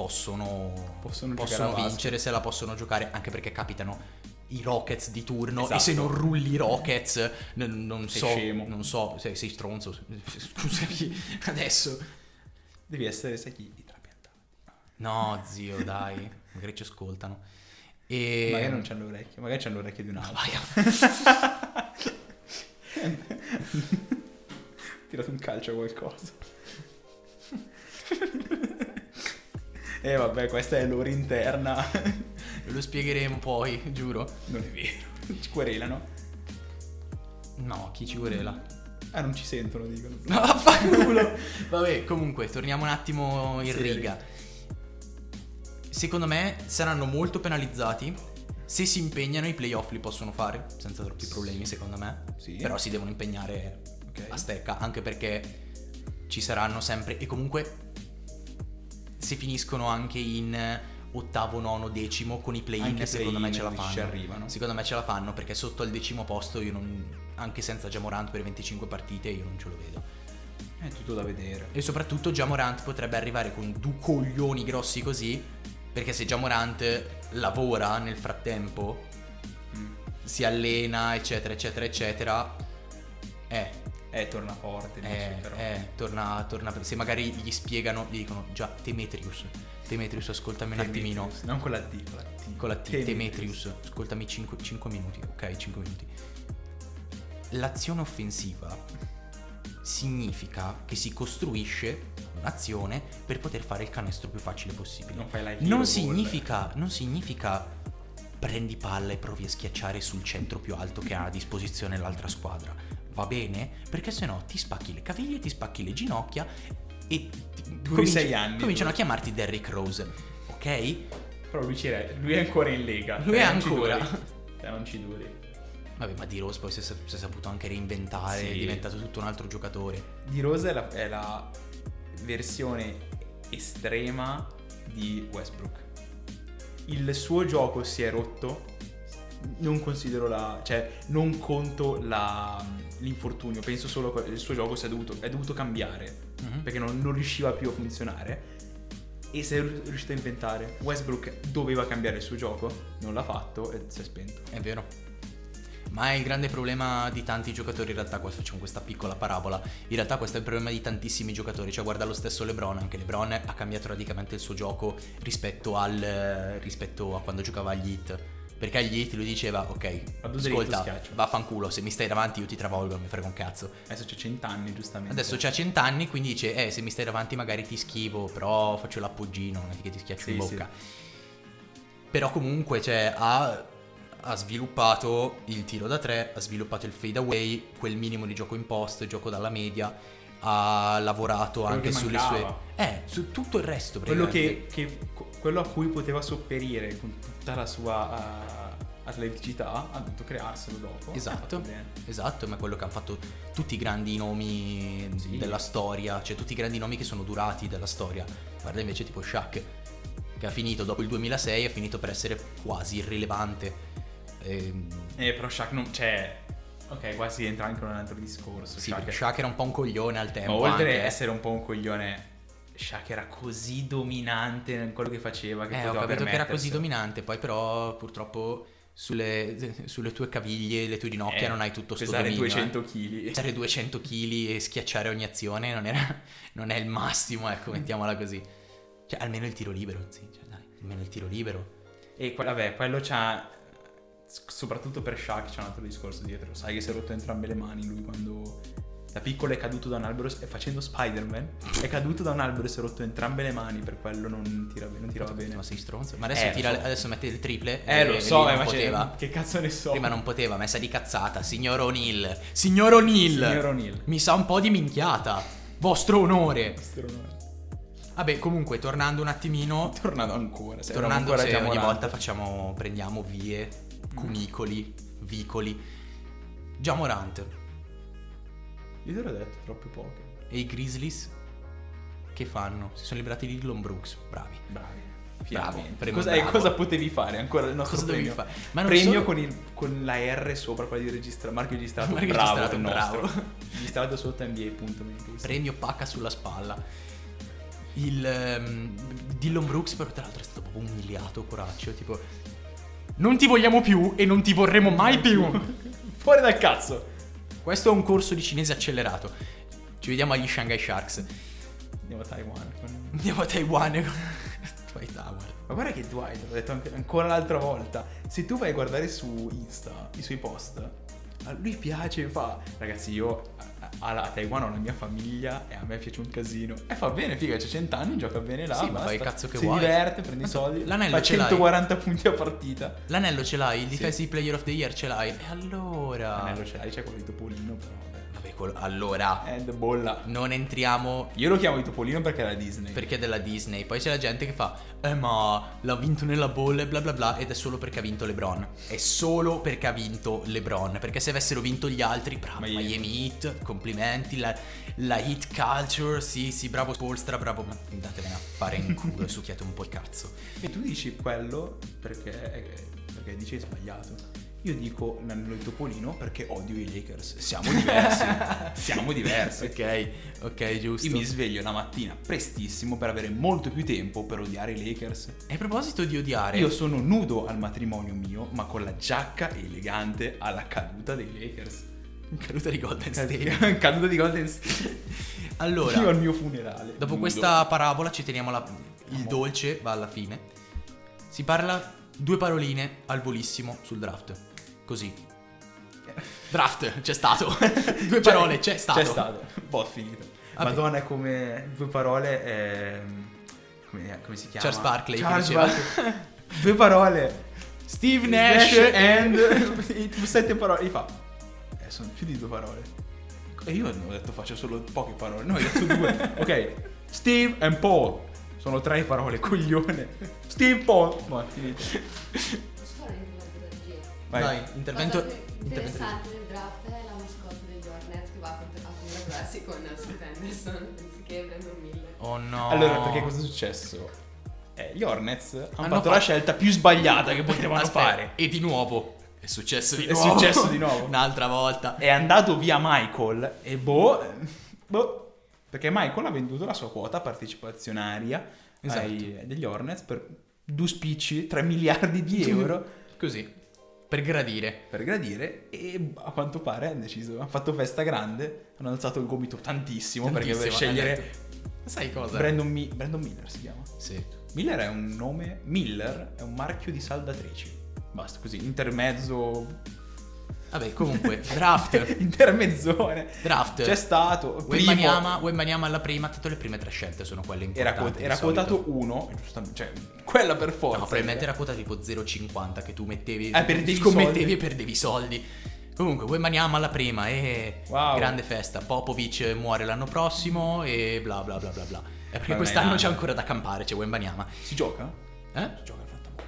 [SPEAKER 1] possono,
[SPEAKER 2] Possono giocare a basket.
[SPEAKER 1] vincere se la possono giocare, anche perché capitano i Rockets di turno e
[SPEAKER 2] Esatto.
[SPEAKER 1] se non rulli i Rockets n- non
[SPEAKER 2] Sei
[SPEAKER 1] so,
[SPEAKER 2] scemo.
[SPEAKER 1] non so, sei, sei stronzo, scusami, (laughs) adesso.
[SPEAKER 2] Devi essere, sai chi? I trapiantati.
[SPEAKER 1] No, zio, dai, magari ci ascoltano. E...
[SPEAKER 2] Magari non c'hanno orecchie, magari c'hanno orecchie di un altro.
[SPEAKER 1] Vai a
[SPEAKER 2] (laughs) tirato un calcio a qualcosa. (laughs) e Eh, vabbè, questa è l'ora interna.
[SPEAKER 1] Lo spiegheremo poi, giuro.
[SPEAKER 2] Non è vero. Ci querelano.
[SPEAKER 1] No, chi ci querela?
[SPEAKER 2] Ah, non ci sentono, dicono.
[SPEAKER 1] (laughs) No, vaffanculo. Vabbè, comunque, torniamo un attimo in
[SPEAKER 2] Sì.
[SPEAKER 1] riga. Secondo me saranno molto penalizzati. Se si impegnano, i playoff li possono fare senza troppi problemi, secondo me.
[SPEAKER 2] Sì.
[SPEAKER 1] Però si devono impegnare
[SPEAKER 2] Ok.
[SPEAKER 1] a stecca, anche perché ci saranno sempre. E comunque, se finiscono anche in ottavo, nono, decimo con i play-in,
[SPEAKER 2] Anche
[SPEAKER 1] secondo me
[SPEAKER 2] play-in
[SPEAKER 1] ce la
[SPEAKER 2] ci
[SPEAKER 1] fanno.
[SPEAKER 2] arrivano.
[SPEAKER 1] Secondo me ce la fanno perché sotto al decimo posto io non. Anche senza Jamorant per 25 partite io non ce lo vedo.
[SPEAKER 2] È tutto da vedere.
[SPEAKER 1] E soprattutto Jamorant potrebbe arrivare con due coglioni grossi così, perché se Jamorant lavora nel frattempo, Eh.
[SPEAKER 2] Mm.
[SPEAKER 1] si allena, eccetera, eccetera, eccetera, eh,
[SPEAKER 2] Eh, torna forte.
[SPEAKER 1] eh,
[SPEAKER 2] dice, però.
[SPEAKER 1] eh, torna, torna- se magari gli spiegano, gli dicono, già, Demetrius, Demetrius, ascoltami un
[SPEAKER 2] Demetrius,
[SPEAKER 1] attimino,
[SPEAKER 2] Non con la D, con la T.
[SPEAKER 1] con la T, Demetrius, ascoltami 5, minuti, ok, 5 minuti. L'azione offensiva significa che si costruisce un'azione per poter fare il canestro più facile possibile.
[SPEAKER 2] Non fai la hero ball.
[SPEAKER 1] Non significa, non significa prendi palla e provi a schiacciare sul centro più alto che ha a disposizione l'altra squadra. Va bene? Perché sennò ti spacchi le caviglie, ti spacchi le ginocchia e ti-
[SPEAKER 2] sei anni,
[SPEAKER 1] cominciano
[SPEAKER 2] duri.
[SPEAKER 1] a chiamarti Derrick Rose. Ok?
[SPEAKER 2] Però lui, c'era, lui è ancora in lega.
[SPEAKER 1] Lui
[SPEAKER 2] Te
[SPEAKER 1] è
[SPEAKER 2] non ci
[SPEAKER 1] ancora.
[SPEAKER 2] duri. Te non ci duri.
[SPEAKER 1] Vabbè, ma di Rose poi si è, sap- si è saputo anche reinventare,
[SPEAKER 2] Sì.
[SPEAKER 1] è diventato tutto un altro giocatore.
[SPEAKER 2] Di Rosa è la, è la versione estrema di Westbrook. Il suo gioco si è rotto. Non considero la. cioè, non conto la- l'infortunio. Penso solo che il suo gioco si è dovuto, è dovuto cambiare. Perché non, non riusciva più a funzionare. E si è riuscito a inventare. Westbrook doveva cambiare il suo gioco. Non l'ha fatto e si è spento.
[SPEAKER 1] È vero. Ma è il grande problema di tanti giocatori, in realtà, qua facciamo questa piccola parabola, in realtà questo è il problema di tantissimi giocatori, cioè guarda lo stesso Lebron, anche Lebron ha cambiato radicalmente il suo gioco rispetto, al, rispetto a quando giocava agli hit, Perché Aglietti lui diceva, ok,
[SPEAKER 2] Vado dritto,
[SPEAKER 1] ascolta,
[SPEAKER 2] schiaccio."
[SPEAKER 1] vaffanculo, se mi stai davanti io ti travolgo, non mi frega un cazzo.
[SPEAKER 2] Adesso c'è 100 anni, giustamente.
[SPEAKER 1] Adesso c'ha cent'anni, quindi dice, eh, se mi stai davanti magari ti schivo, però faccio l'appoggino, non è che ti schiaccio in
[SPEAKER 2] Sì, sì.
[SPEAKER 1] bocca. Però comunque, cioè, ha, ha sviluppato il tiro da tre, ha sviluppato il fade away, quel minimo di gioco in post, gioco dalla media, ha lavorato
[SPEAKER 2] Quello
[SPEAKER 1] anche
[SPEAKER 2] che
[SPEAKER 1] sulle
[SPEAKER 2] mancava.
[SPEAKER 1] sue... Eh, su tutto il resto,
[SPEAKER 2] quello,
[SPEAKER 1] praticamente.
[SPEAKER 2] che, che- quello a cui poteva sopperire con tutta la sua eh, atleticità, ha dovuto crearselo dopo.
[SPEAKER 1] Esatto.
[SPEAKER 2] Ha fatto bene.
[SPEAKER 1] Esatto, ma è quello che hanno fatto tutti i grandi nomi
[SPEAKER 2] Sì.
[SPEAKER 1] della storia, cioè tutti i grandi nomi che sono durati della storia. Guarda invece tipo Shaq, che ha finito dopo il 2006, ha finito per essere quasi irrilevante. Ehm,
[SPEAKER 2] Eh, però Shaq non c'è. Ok, qua si entra anche in un altro discorso.
[SPEAKER 1] sì,
[SPEAKER 2] Shaq,
[SPEAKER 1] perché Shaq era un po' un coglione al
[SPEAKER 2] ma
[SPEAKER 1] tempo.
[SPEAKER 2] oltre
[SPEAKER 1] anche,
[SPEAKER 2] ad
[SPEAKER 1] eh.
[SPEAKER 2] essere un po' un coglione, Shaq era così dominante nel quello che faceva che
[SPEAKER 1] Eh, ho
[SPEAKER 2] poteva
[SPEAKER 1] capito che era così
[SPEAKER 2] permetterselo.
[SPEAKER 1] dominante, poi però purtroppo sulle, sulle tue caviglie, le tue ginocchia
[SPEAKER 2] Eh,
[SPEAKER 1] non hai tutto sto
[SPEAKER 2] pesare
[SPEAKER 1] dominio. eh.
[SPEAKER 2] 200 kg.
[SPEAKER 1] Pesare 200 kg e schiacciare ogni azione non, era- (laughs) non è il massimo, ecco, mettiamola così. Cioè, almeno il tiro libero, sì, cioè, dai, almeno il tiro libero.
[SPEAKER 2] E que- vabbè, quello c'ha. s- Soprattutto per Shaq c'è un altro discorso dietro. Sai che si è rotto entrambe le mani lui quando. Da piccolo è caduto da un albero. e Facendo Spider-Man. È caduto da un albero e si è rotto entrambe le mani. Per quello non, tira bene, non tirava bene.
[SPEAKER 1] Cioè, Ma sei stronzo. Ma adesso,
[SPEAKER 2] Eh, lo
[SPEAKER 1] tira-
[SPEAKER 2] so.
[SPEAKER 1] adesso mette il triple.
[SPEAKER 2] Eh,
[SPEAKER 1] e-
[SPEAKER 2] lo
[SPEAKER 1] e
[SPEAKER 2] so,
[SPEAKER 1] lì
[SPEAKER 2] eh,
[SPEAKER 1] non
[SPEAKER 2] ma c'è-
[SPEAKER 1] poteva.
[SPEAKER 2] che cazzo ne so.
[SPEAKER 1] Prima non poteva, messa di cazzata. Signor O'Neill. Signor O'Neill.
[SPEAKER 2] Signor O'Neill.
[SPEAKER 1] Mi sa un po' di minchiata. Vostro onore.
[SPEAKER 2] Nostro onore.
[SPEAKER 1] Vabbè, comunque, tornando un attimino.
[SPEAKER 2] Tornando ancora. se eravamo
[SPEAKER 1] Tornando
[SPEAKER 2] ancora
[SPEAKER 1] cioè,
[SPEAKER 2] Mm. già
[SPEAKER 1] ogni
[SPEAKER 2] volante.
[SPEAKER 1] volta facciamo, prendiamo vie, cumicoli, vicoli. Già Morant
[SPEAKER 2] Io te l'ho detto, troppe poche.
[SPEAKER 1] e i Grizzlies che fanno? Si sono liberati di Dylan Brooks, bravi.
[SPEAKER 2] Bravi.
[SPEAKER 1] Bravo, premio
[SPEAKER 2] cosa, eh,
[SPEAKER 1] bravo.
[SPEAKER 2] cosa potevi fare ancora il nostro
[SPEAKER 1] Cosa dovevi
[SPEAKER 2] premio?
[SPEAKER 1] fare? Ma non
[SPEAKER 2] premio
[SPEAKER 1] solo-
[SPEAKER 2] con, il- con la R sopra quella di registra, marchio registrato.
[SPEAKER 1] Marchio
[SPEAKER 2] bravo,
[SPEAKER 1] registrato,
[SPEAKER 2] il nostro.
[SPEAKER 1] bravo.
[SPEAKER 2] registrato sotto NBA, punto. Memphis.
[SPEAKER 1] Premio pacca sulla spalla. Il ehm, Dylan Brooks, però tra l'altro è stato proprio umiliato, coraccio, tipo non ti vogliamo più e non ti vorremo mai più.
[SPEAKER 2] Fuori dal cazzo.
[SPEAKER 1] Questo è un corso di cinese accelerato. Ci vediamo agli Shanghai Sharks.
[SPEAKER 2] Andiamo a Taiwan. con-
[SPEAKER 1] Andiamo a Taiwan. (laughs) Twilight Tower.
[SPEAKER 2] Ma guarda che Dwight, l'ho detto anche- ancora l'altra volta. Se tu vai a guardare su Insta i suoi post, a lui piace, fa. Ragazzi, io a, a- a Taiwan ho la mia famiglia e a me piace un casino. E fa bene, figa, c'è 100 anni, gioca bene là.
[SPEAKER 1] Sì, ma
[SPEAKER 2] basta.
[SPEAKER 1] fai il cazzo che
[SPEAKER 2] si
[SPEAKER 1] vuoi.
[SPEAKER 2] diverte, prendi i soldi.
[SPEAKER 1] l'anello
[SPEAKER 2] fa
[SPEAKER 1] ce l'hai.
[SPEAKER 2] 140 punti a partita.
[SPEAKER 1] L'anello ce l'hai, il
[SPEAKER 2] Sì.
[SPEAKER 1] Defensive Player of the Year ce l'hai. E allora...
[SPEAKER 2] L'anello ce l'hai, c'è quello di Topolino, però. vabbè.
[SPEAKER 1] Vabbè, quello- allora,
[SPEAKER 2] Eh, the bolla.
[SPEAKER 1] non entriamo
[SPEAKER 2] Io lo chiamo di Topolino perché era Disney.
[SPEAKER 1] perché è della Disney. Poi c'è la gente che fa, eh ma l'ha vinto nella bolla e bla bla bla ed è solo perché ha vinto LeBron. È solo perché ha vinto LeBron. Perché se avessero vinto gli altri, bravo Miami,
[SPEAKER 2] Miami.
[SPEAKER 1] Heat, complimenti, la, la hit culture, sì sì, bravo Spolstra, bravo... Ma andatevene a fare in
[SPEAKER 2] (laughs)
[SPEAKER 1] culo e succhiate un po' il cazzo.
[SPEAKER 2] E tu dici quello perché, perché dici sbagliato. Io dico l'anello di Topolino perché odio i Lakers.
[SPEAKER 1] (laughs)
[SPEAKER 2] Siamo diversi. Siamo diversi.
[SPEAKER 1] Ok, ok, giusto.
[SPEAKER 2] Io mi sveglio la mattina prestissimo per avere molto più tempo per odiare i Lakers.
[SPEAKER 1] E a proposito di odiare...
[SPEAKER 2] Io sono nudo al matrimonio mio, ma con la giacca elegante alla caduta dei Lakers.
[SPEAKER 1] Caduta di Golden State.
[SPEAKER 2] (laughs) caduta di Golden State.
[SPEAKER 1] Allora,
[SPEAKER 2] Eh, Io al mio funerale.
[SPEAKER 1] dopo
[SPEAKER 2] nudo.
[SPEAKER 1] questa parabola ci teniamo la- il dolce, va alla fine. Si parla due paroline al volissimo sul draft. Così. Draft, c'è stato. (laughs) due
[SPEAKER 2] Cioè,
[SPEAKER 1] parole, c'è stato.
[SPEAKER 2] C'è stato. Boh, finito.
[SPEAKER 1] Vabbè.
[SPEAKER 2] Madonna, come due parole. ehm, come, come si chiama?
[SPEAKER 1] Charles Barkley,
[SPEAKER 2] Charles
[SPEAKER 1] che diceva.
[SPEAKER 2] Barkley. due parole.
[SPEAKER 1] Steve Nash,
[SPEAKER 2] and. (laughs) e tipo sette parole. E fa. Eh, sono più di due parole. E io non ho detto faccio solo poche parole. No, ho
[SPEAKER 1] (laughs)
[SPEAKER 2] detto due. ok. Steve and Paul. Sono tre parole, coglione. Steve Paul. No, è finito.
[SPEAKER 4] Posso fare un'interrogazione?
[SPEAKER 1] Vai,
[SPEAKER 2] Vai.
[SPEAKER 1] intervento.
[SPEAKER 4] Cosa più
[SPEAKER 1] intervento-
[SPEAKER 4] interessante del draft è la mascotte degli Hornets che va a contra- a contrattarsi con Scott Anderson anziché Brandon Miller.
[SPEAKER 1] Oh no.
[SPEAKER 2] Allora, perché cosa è successo? Eh, gli Hornets hanno,
[SPEAKER 1] Hanno
[SPEAKER 2] fatto
[SPEAKER 1] fatto-
[SPEAKER 2] la scelta più sbagliata che potevano
[SPEAKER 1] Aspetta,
[SPEAKER 2] fare.
[SPEAKER 1] E di nuovo. È successo di
[SPEAKER 2] È
[SPEAKER 1] nuovo.
[SPEAKER 2] successo
[SPEAKER 1] (laughs)
[SPEAKER 2] di nuovo.
[SPEAKER 1] Un'altra volta.
[SPEAKER 2] è andato via Michael e boh, boh perché Michael ha venduto la sua quota partecipazionaria
[SPEAKER 1] Esatto.
[SPEAKER 2] ai- degli Hornets per due spicci 3 miliardi di euro
[SPEAKER 1] Così. Per gradire.
[SPEAKER 2] per gradire e a quanto pare hanno deciso hanno fatto festa grande hanno alzato il gomito tantissimo, perché per
[SPEAKER 1] Tantissimo, hai
[SPEAKER 2] scegliere
[SPEAKER 1] detto. Sai cosa?
[SPEAKER 2] Brandon, Mi- Brandon Miller si chiama
[SPEAKER 1] Sì.
[SPEAKER 2] Miller è un nome Miller è un marchio di saldatrici Basta così, intermezzo.
[SPEAKER 1] Vabbè,
[SPEAKER 2] (laughs)
[SPEAKER 1] comunque, draft.
[SPEAKER 2] Intermezzone.
[SPEAKER 1] Draft.
[SPEAKER 2] C'è stato. primo-
[SPEAKER 1] Wembanyama, Wembanyama alla prima, tanto le prime tre scelte sono quelle
[SPEAKER 2] Era,
[SPEAKER 1] importanti.
[SPEAKER 2] quot-
[SPEAKER 1] di
[SPEAKER 2] era
[SPEAKER 1] solito.
[SPEAKER 2] quotato 1, giustamente. Cioè, quella per
[SPEAKER 1] No,
[SPEAKER 2] forza.
[SPEAKER 1] probabilmente era quota tipo 0,50 che tu mettevi,
[SPEAKER 2] Eh, perdevi
[SPEAKER 1] scommettevi
[SPEAKER 2] soldi.
[SPEAKER 1] e perdevi i soldi. Comunque, Wembanyama alla prima e
[SPEAKER 2] Wow.
[SPEAKER 1] grande festa. Popovic muore l'anno prossimo e bla bla bla bla bla. È perché
[SPEAKER 2] Ma
[SPEAKER 1] quest'anno
[SPEAKER 2] dai,
[SPEAKER 1] c'è
[SPEAKER 2] dai.
[SPEAKER 1] ancora da campare, c'è Wembanyama.
[SPEAKER 2] Si gioca?
[SPEAKER 1] Eh?
[SPEAKER 2] Si gioca il fatto morto.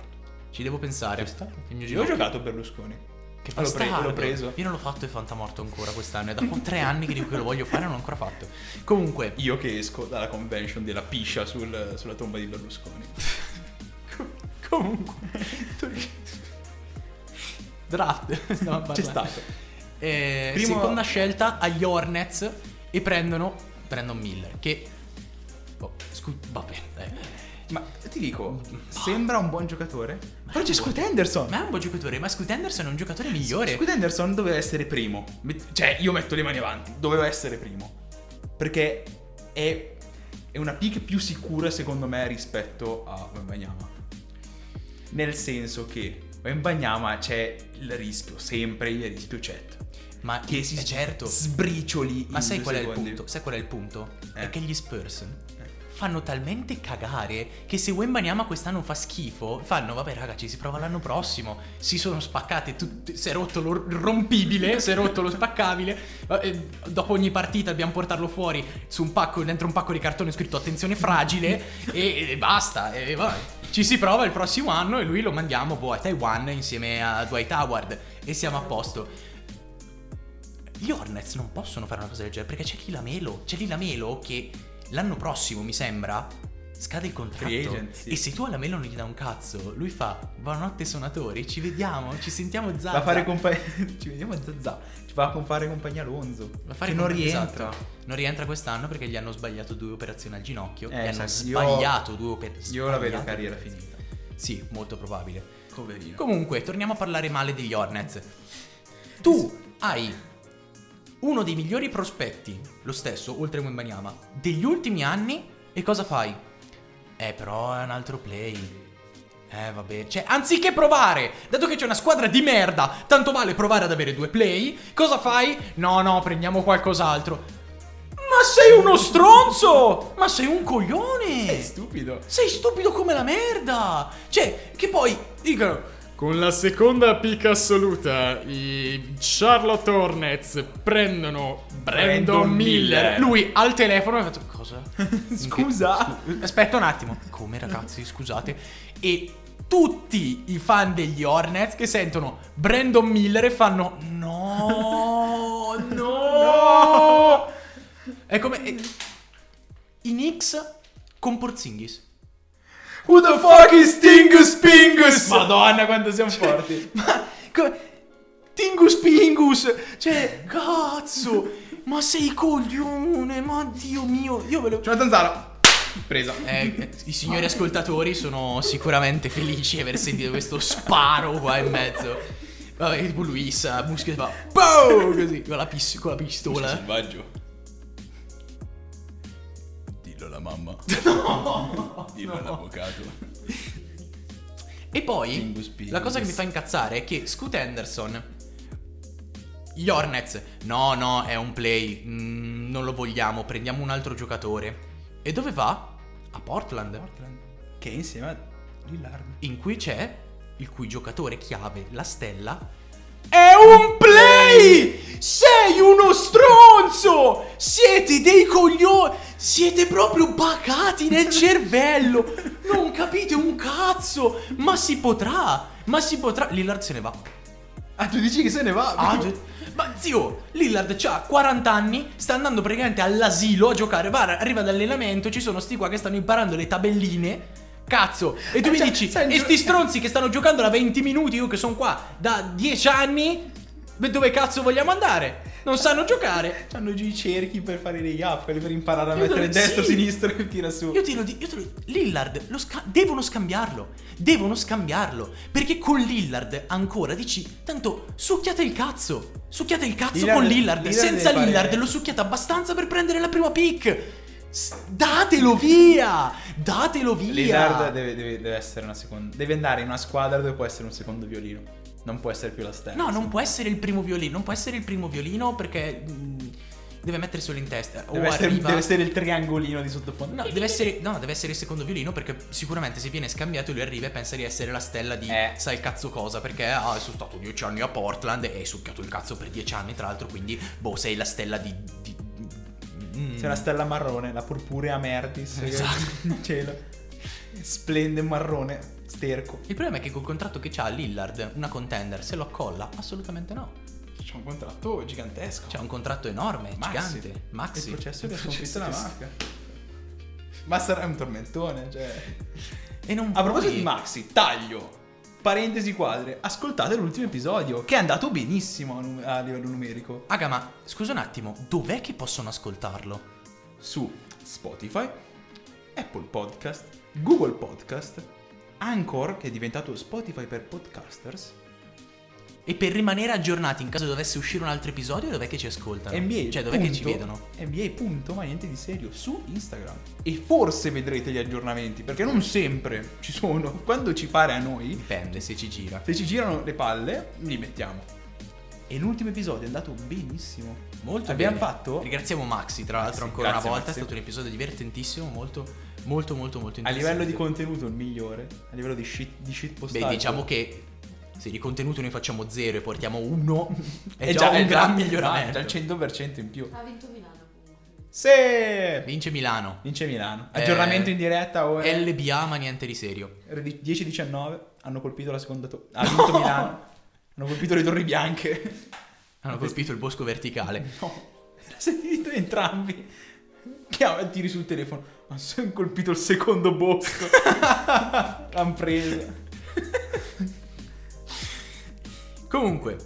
[SPEAKER 1] Ci devo pensare. Il mio
[SPEAKER 2] Io ho
[SPEAKER 1] ginocchio.
[SPEAKER 2] giocato Berlusconi.
[SPEAKER 1] Che
[SPEAKER 2] L'ho pre-
[SPEAKER 1] bastardo.
[SPEAKER 2] l'ho preso.
[SPEAKER 1] Io non l'ho fatto e fantamorto ancora quest'anno. È da po- tre anni che dico che lo voglio fare e non l'ho ancora fatto. Comunque,
[SPEAKER 2] Io che esco dalla convention della piscia sul- sulla tomba di
[SPEAKER 1] (laughs)
[SPEAKER 2] Berlusconi.
[SPEAKER 1] Comunque, draft. (laughs) stiamo parlando.
[SPEAKER 2] C'è stato.
[SPEAKER 1] Eh,
[SPEAKER 2] Primo-
[SPEAKER 1] Seconda scelta agli Hornets e prendono Brandon Miller. Che. boh, scu- vabbè, dai.
[SPEAKER 2] Ma ti dico, sembra un buon giocatore. Però c'è Scoot Henderson.
[SPEAKER 1] Ma è un buon giocatore. Ma Scoot Henderson è un giocatore migliore.
[SPEAKER 2] Scoot Henderson doveva essere primo. Met- Cioè, io metto le mani avanti. Doveva essere primo. Perché è, è una pick più sicura, secondo me, rispetto a Wembanyama. Nel senso che Wembanyama c'è il rischio, sempre il rischio chat.
[SPEAKER 1] ma
[SPEAKER 2] Che si
[SPEAKER 1] eh, certo.
[SPEAKER 2] sbricioli.
[SPEAKER 1] Ma
[SPEAKER 2] in
[SPEAKER 1] sai
[SPEAKER 2] due
[SPEAKER 1] qual è il
[SPEAKER 2] secondi.
[SPEAKER 1] punto? Sai qual è il punto?
[SPEAKER 2] Eh.
[SPEAKER 1] È che gli Spurs
[SPEAKER 2] Eh.
[SPEAKER 1] fanno talmente cagare che se Wembanyama quest'anno fa schifo, fanno vabbè raga ci si prova l'anno prossimo, si sono spaccate, tutte- si è rotto lo rompibile, si è rotto lo spaccabile, va- eh, dopo ogni partita dobbiamo portarlo fuori su un pacco, dentro un pacco di cartone scritto attenzione
[SPEAKER 2] (laughs)
[SPEAKER 1] fragile e, e basta, e vabbè. Ci si prova il prossimo anno e lui lo mandiamo boh, a Taiwan insieme a Dwight Howard e siamo a posto. Gli Hornets non possono fare una cosa del genere perché c'è Lilamelo. C'è Lilamelo che l'anno prossimo, mi sembra, scade il contratto.
[SPEAKER 2] Free agent, sì.
[SPEAKER 1] E se tu a Lamelo non gli dai un cazzo, lui fa buonanotte suonatori, ci vediamo, ci sentiamo Zazza.
[SPEAKER 2] Va a fare compagnia. (laughs) Ci vediamo a Zazà. Ci va a comp- fare compagnia Alonso.
[SPEAKER 1] Va a fare
[SPEAKER 2] che
[SPEAKER 1] comp-
[SPEAKER 2] non rientra.
[SPEAKER 1] esatto. Non rientra quest'anno perché gli hanno sbagliato due operazioni al ginocchio.
[SPEAKER 2] Eh,
[SPEAKER 1] gli hanno
[SPEAKER 2] esatto. Io-
[SPEAKER 1] sbagliato due operazioni.
[SPEAKER 2] Io la vedo carriera finita.
[SPEAKER 1] Sì, molto probabile.
[SPEAKER 2] Poverino.
[SPEAKER 1] Comunque, torniamo a parlare male degli Hornets. Tu hai uno dei migliori prospetti, lo stesso, oltre a Wembanyama, degli ultimi anni e cosa fai? Eh, però è un altro play. Eh, vabbè, cioè, anziché provare, dato che c'è una squadra di merda, tanto vale provare ad avere due play, cosa fai? No, no, prendiamo qualcos'altro. Ma sei uno stronzo! Ma sei un coglione!
[SPEAKER 2] È stupido.
[SPEAKER 1] Sei stupido come la merda! Cioè, che poi dicono.
[SPEAKER 3] Con la seconda picca assoluta, i Charlotte Hornets prendono Brandon,
[SPEAKER 2] Brandon
[SPEAKER 3] Miller.
[SPEAKER 2] Miller.
[SPEAKER 3] Lui al telefono ha fatto
[SPEAKER 2] (laughs)
[SPEAKER 3] cosa?
[SPEAKER 2] Scusa.
[SPEAKER 1] Aspetta un attimo. Come ragazzi, scusate. E tutti i fan degli Hornets che sentono Brandon Miller e fanno no,
[SPEAKER 2] (laughs)
[SPEAKER 1] no.
[SPEAKER 2] No!
[SPEAKER 1] È come è- i Knicks con Porzingis.
[SPEAKER 2] Who the fuck is Cioè, Tingus Pingus? Madonna quanto siamo forti.
[SPEAKER 1] Ma co- Tingus Pingus! Cioè, cazzo! Ma sei coglione! Ma Dio mio! Io ve lo.
[SPEAKER 2] Jonathan Zara. Presa.
[SPEAKER 1] Eh, eh, I signori ascoltatori sono sicuramente felici di aver sentito questo sparo qua in mezzo. Vabbè, tipo Luisa, Muschio fa "Pow!" così con la, pis- con la pistola.
[SPEAKER 2] Selvaggio. Dillo alla mamma. (laughs) No. Dillo all'avvocato.
[SPEAKER 1] E poi
[SPEAKER 2] Tingus Pingus.
[SPEAKER 1] la cosa che mi fa incazzare è che Scoot Henderson, gli Hornets, no, no, è un play, mm, non lo vogliamo, prendiamo un altro giocatore. E dove va? A Portland.
[SPEAKER 2] Che è insieme a Lillard.
[SPEAKER 1] in cui c'è il cui giocatore chiave, la stella, è un play! Sei uno stronzo! Siete dei coglioni! Siete proprio bacati nel cervello! Non capite un cazzo! Ma si potrà! Ma si potrà! Lillard se ne va.
[SPEAKER 2] Ah, tu dici che se ne va?
[SPEAKER 1] Ah, gi- ma zio, Lillard ha 40 anni, sta andando praticamente all'asilo a giocare. Va, arriva dall'allenamento, ci sono sti qua che stanno imparando le tabelline. Cazzo, e tu mi
[SPEAKER 2] Cioè,
[SPEAKER 1] dici,
[SPEAKER 2] sai,
[SPEAKER 1] e
[SPEAKER 2] gio-
[SPEAKER 1] sti stronzi che stanno giocando da 20 minuti, io che sono qua da 10 anni, beh, dove cazzo vogliamo andare? Non sanno giocare.
[SPEAKER 2] Hanno giù i cerchi per fare dei gap, quelli per imparare a
[SPEAKER 1] Io
[SPEAKER 2] mettere
[SPEAKER 1] do-
[SPEAKER 2] destra,
[SPEAKER 1] sì.
[SPEAKER 2] sinistra e tira su.
[SPEAKER 1] Io te lo dico, io te lo Lillard, lo sca- devono scambiarlo, devono scambiarlo, perché con Lillard ancora dici, tanto succhiate il cazzo, succhiate il cazzo
[SPEAKER 2] Lillard-
[SPEAKER 1] con Lillard,
[SPEAKER 2] Lillard
[SPEAKER 1] senza
[SPEAKER 2] deve fare-
[SPEAKER 1] Lillard lo succhiate abbastanza per prendere la prima pick. S- datelo via! Datelo via!
[SPEAKER 2] Lillard deve, deve- deve essere una seconda. Deve andare in una squadra dove può essere un secondo violino. Non può essere più la stessa.
[SPEAKER 1] No, non può essere il primo violino, non può essere il primo violino perché mh, deve mettere solo in testa. O
[SPEAKER 2] Deve, essere,
[SPEAKER 1] arriva-
[SPEAKER 2] deve essere il triangolino di sottofondo.
[SPEAKER 1] No, deve essere, no, deve essere il secondo violino perché sicuramente se viene scambiato lui arriva e pensa di essere la stella di
[SPEAKER 2] Eh.
[SPEAKER 1] sai cazzo cosa perché ah, sono stato dieci anni a Portland e hai succhiato il cazzo per dieci anni tra l'altro quindi boh sei la stella di... di- mm.
[SPEAKER 2] C'è una stella marrone, la purpurea Merdis. che-
[SPEAKER 1] Esatto.
[SPEAKER 2] in (laughs) cielo. Splende marrone, sterco.
[SPEAKER 1] Il problema è che col contratto che c'ha Lillard, una contender, se lo accolla? Assolutamente no.
[SPEAKER 2] C'è un contratto gigantesco.
[SPEAKER 1] C'è un contratto enorme,
[SPEAKER 2] Maxi.
[SPEAKER 1] gigante.
[SPEAKER 2] Il
[SPEAKER 1] Maxi.
[SPEAKER 2] processo che ha
[SPEAKER 3] Il
[SPEAKER 2] sconfitto
[SPEAKER 3] processo
[SPEAKER 2] la
[SPEAKER 3] che-
[SPEAKER 2] marca. Ma sarà un tormentone, cioè.
[SPEAKER 1] E non
[SPEAKER 2] A proposito
[SPEAKER 1] puoi-
[SPEAKER 2] di Maxi, taglio. Parentesi quadre, ascoltate l'ultimo episodio che è andato benissimo a, nu- a livello numerico
[SPEAKER 1] Aga, ma scusa un attimo, dov'è che possono ascoltarlo?
[SPEAKER 2] su Spotify, Apple Podcast, Google Podcast, Anchor che è diventato Spotify per podcasters,
[SPEAKER 1] E per rimanere aggiornati in caso dovesse uscire un altro episodio, dov'è che ci ascoltano?
[SPEAKER 2] NBA.
[SPEAKER 1] Cioè, dov'è che
[SPEAKER 2] punto,
[SPEAKER 1] ci vedono?
[SPEAKER 2] NBA punto, ma niente di serio, su Instagram. E forse vedrete gli aggiornamenti, perché non sempre ci sono. Quando ci pare a noi,
[SPEAKER 1] Dipende se ci gira.
[SPEAKER 2] se ci girano le palle, li mettiamo. E l'ultimo episodio è andato benissimo.
[SPEAKER 1] Molto
[SPEAKER 2] Abbiamo
[SPEAKER 1] bene.
[SPEAKER 2] fatto-
[SPEAKER 1] Ringraziamo Maxi, tra l'altro,
[SPEAKER 2] Maxi,
[SPEAKER 1] ancora
[SPEAKER 2] grazie,
[SPEAKER 1] una volta.
[SPEAKER 2] Maxi.
[SPEAKER 1] È stato un episodio divertentissimo, molto, molto, molto, molto
[SPEAKER 2] A
[SPEAKER 1] interessante.
[SPEAKER 2] livello di contenuto il migliore, a livello di shit, di shit
[SPEAKER 1] Beh,
[SPEAKER 2] postaggio.
[SPEAKER 1] diciamo che se di contenuto noi facciamo zero e portiamo
[SPEAKER 2] (laughs)
[SPEAKER 1] uno, è,
[SPEAKER 2] è esatto,
[SPEAKER 1] già,
[SPEAKER 2] è
[SPEAKER 1] un gran
[SPEAKER 2] Già il
[SPEAKER 1] miglioramento.
[SPEAKER 2] 100% in più.
[SPEAKER 4] Ha vinto Milano comunque.
[SPEAKER 2] Se
[SPEAKER 1] Vince Milano.
[SPEAKER 2] vince Milano.
[SPEAKER 1] Eh,
[SPEAKER 2] Aggiornamento in diretta o
[SPEAKER 1] LBA, ma niente di serio.
[SPEAKER 2] 10-19 hanno colpito la seconda to- ha vinto Milano. Hanno colpito le torri bianche.
[SPEAKER 1] Hanno colpito il bosco verticale.
[SPEAKER 2] (laughs) No, era sentito entrambi. Chiama, tiri sul telefono. Ma se hanno colpito il
[SPEAKER 1] (laughs)
[SPEAKER 2] secondo bosco. L'han preso.
[SPEAKER 1] Comunque,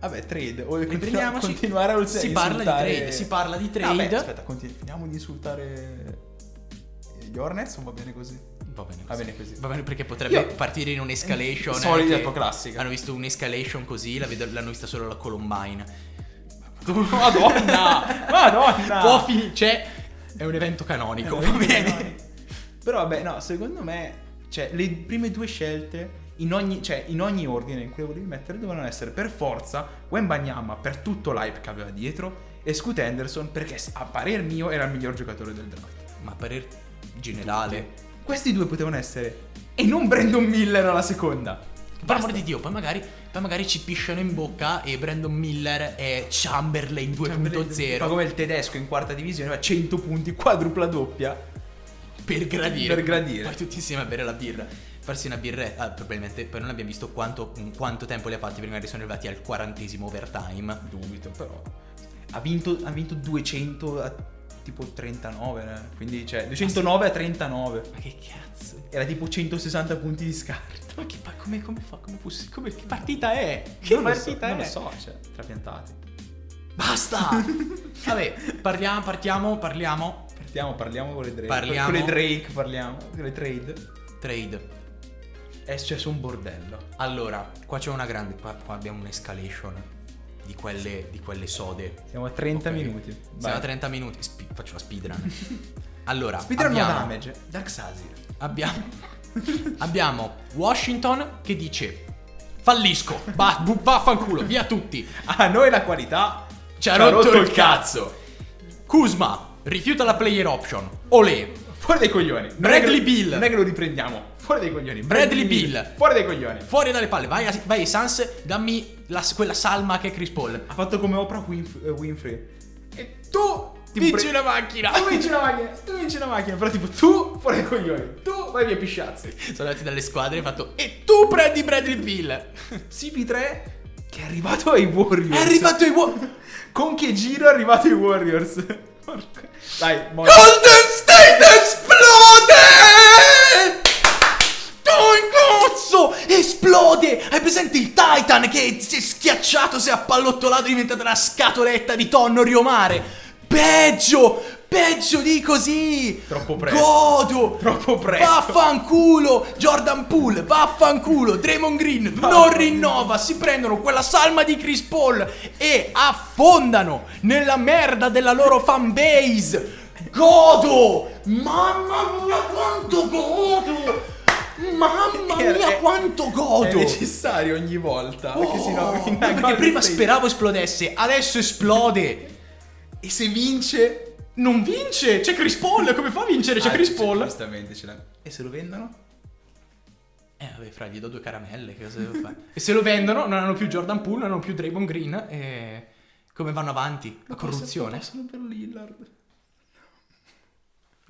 [SPEAKER 2] Vabbè, trade. O continua-
[SPEAKER 1] Riprendiamoci.
[SPEAKER 2] continuare a
[SPEAKER 1] Si parla di trade, si parla di trade.
[SPEAKER 2] Vabbè, aspetta, continu- finiamo di insultare gli Hornets o va bene così?
[SPEAKER 1] Va bene,
[SPEAKER 2] Va
[SPEAKER 1] così.
[SPEAKER 2] bene così.
[SPEAKER 1] Va bene perché potrebbe
[SPEAKER 2] Io-
[SPEAKER 1] partire in un'escalation.
[SPEAKER 2] Solida
[SPEAKER 1] anche-
[SPEAKER 2] tua classica.
[SPEAKER 1] Hanno visto un'escalation così, la vedo- l'hanno vista solo la Columbine.
[SPEAKER 2] (laughs) Madonna! Madonna!
[SPEAKER 1] Può finire, cioè, è un evento
[SPEAKER 2] Eh,
[SPEAKER 1] canonico, va bene.
[SPEAKER 2] Però vabbè, no, secondo me, cioè, le prime due scelte in ogni, cioè, in ogni ordine in cui le volevi mettere dovevano essere per forza Wembanyama per tutto l'hype che aveva dietro e Scoot Henderson perché a parer mio era il miglior giocatore del draft.
[SPEAKER 1] Ma per il generale,
[SPEAKER 2] Questi due potevano essere e non Brandon Miller alla seconda. Cioè,
[SPEAKER 1] per amor di Dio, poi magari, poi magari ci pisciano in bocca e Brandon Miller è Chamberlain 2.0
[SPEAKER 2] Fa come il tedesco in quarta divisione, aveva 100 punti, quadrupla doppia.
[SPEAKER 1] per gradire.
[SPEAKER 2] Per gradire.
[SPEAKER 1] Poi tutti insieme a bere la birra. Farsi una birretta. Ah, probabilmente poi non abbiamo visto quanto, in quanto tempo li ha fatti prima che sono arrivati al quarantesimo overtime.
[SPEAKER 2] Dubito, però. Ha vinto, ha vinto 200 a tipo 39, eh. quindi cioè 209 a 39.
[SPEAKER 1] Ma che cazzo?
[SPEAKER 2] Era tipo 160 punti di scarto.
[SPEAKER 1] Ma che pa- come, come fa? Come possi- come- che partita è?
[SPEAKER 2] Non lo so, Non lo so, cioè, trapiantati. (laughs)
[SPEAKER 1] Basta! Vabbè, parliamo, partiamo, parliamo.
[SPEAKER 2] Partiamo, parliamo con le Drake.
[SPEAKER 1] Parliamo.
[SPEAKER 2] Con le Drake parliamo, con le trade.
[SPEAKER 1] Trade.
[SPEAKER 2] È successo un bordello.
[SPEAKER 1] Allora, qua c'è una grande. Qua, qua abbiamo un'escalation di quelle, di quelle sode.
[SPEAKER 2] Siamo a 30
[SPEAKER 1] Ok.
[SPEAKER 2] minuti.
[SPEAKER 1] Siamo a
[SPEAKER 2] Vai.
[SPEAKER 1] 30 minuti. Spi- faccio la
[SPEAKER 2] (laughs)
[SPEAKER 1] speedrun. Allora,
[SPEAKER 2] Speedrun no
[SPEAKER 1] abbiamo,
[SPEAKER 2] damage. Dark Sasir.
[SPEAKER 1] Abbiamo, abbiamo Washington che dice: Fallisco, va, bu- vaffanculo, via tutti.
[SPEAKER 2] A Ah, noi la qualità
[SPEAKER 1] Ci ha rotto, il cazzo. Kuzma rifiuta la player option. Olè.
[SPEAKER 2] Fuori dai coglioni. Non
[SPEAKER 1] Bradley
[SPEAKER 2] è che lo-
[SPEAKER 1] Beal.
[SPEAKER 2] Non è che lo riprendiamo. Fuori dai coglioni.
[SPEAKER 1] Bradley Beal.
[SPEAKER 2] Fuori dai coglioni.
[SPEAKER 1] Fuori dalle palle, vai, a- vai ai Sans, dammi la- quella salma che è Chris Paul.
[SPEAKER 2] Ha fatto come Oprah Winf- eh, Winfrey. E tu ti
[SPEAKER 1] Vinci
[SPEAKER 2] pre-
[SPEAKER 1] una macchina!
[SPEAKER 2] (laughs) Tu vinci una macchina, tu vinci una macchina, però tipo tu fuori dai coglioni, tu vai via pisciazzi.
[SPEAKER 1] Sono andati dalle squadre e ho fatto E tu prendi Bradley Bill!
[SPEAKER 2] CP3 che è arrivato ai Warriors.
[SPEAKER 1] È arrivato ai Warriors!
[SPEAKER 2] Con che giro è arrivato ai Warriors? (laughs) Porca- Dai, mo-
[SPEAKER 1] Golden State esplode! Dai, cazzo! Esplode! Hai presente il Titan che si è schiacciato, si è appallottolato, è diventata una scatoletta di tonno riomare? Peggio! Peggio di così!
[SPEAKER 2] Troppo presto.
[SPEAKER 1] Godo!
[SPEAKER 2] Troppo presto.
[SPEAKER 1] Vaffanculo! Jordan Poole, vaffanculo! Draymond Green non rinnova, si prendono quella salma di Chris Paul e affondano nella merda della loro fanbase! Godo! Mamma mia quanto godo! Mamma
[SPEAKER 2] Era- eh,
[SPEAKER 1] mia
[SPEAKER 2] è-
[SPEAKER 1] quanto
[SPEAKER 2] È
[SPEAKER 1] godo!
[SPEAKER 2] necessario ogni volta. Perché sennò
[SPEAKER 1] Oh,
[SPEAKER 2] in
[SPEAKER 1] perché prima
[SPEAKER 2] State-
[SPEAKER 1] speravo esplodesse, adesso esplode.
[SPEAKER 2] E se vince.
[SPEAKER 3] Non vince! C'è Chris Paul! Come fa a vincere? C'è
[SPEAKER 2] Ah,
[SPEAKER 3] Chris Paul!
[SPEAKER 2] Giustamente ce l'ha. E se lo vendono?
[SPEAKER 1] Eh, vabbè, fra, gli do due caramelle, che cosa devo fare? (laughs) E se lo vendono, non hanno più Jordan Poole, non hanno più Draymond Green e come vanno avanti? La corruzione.
[SPEAKER 2] Passano per Lillard.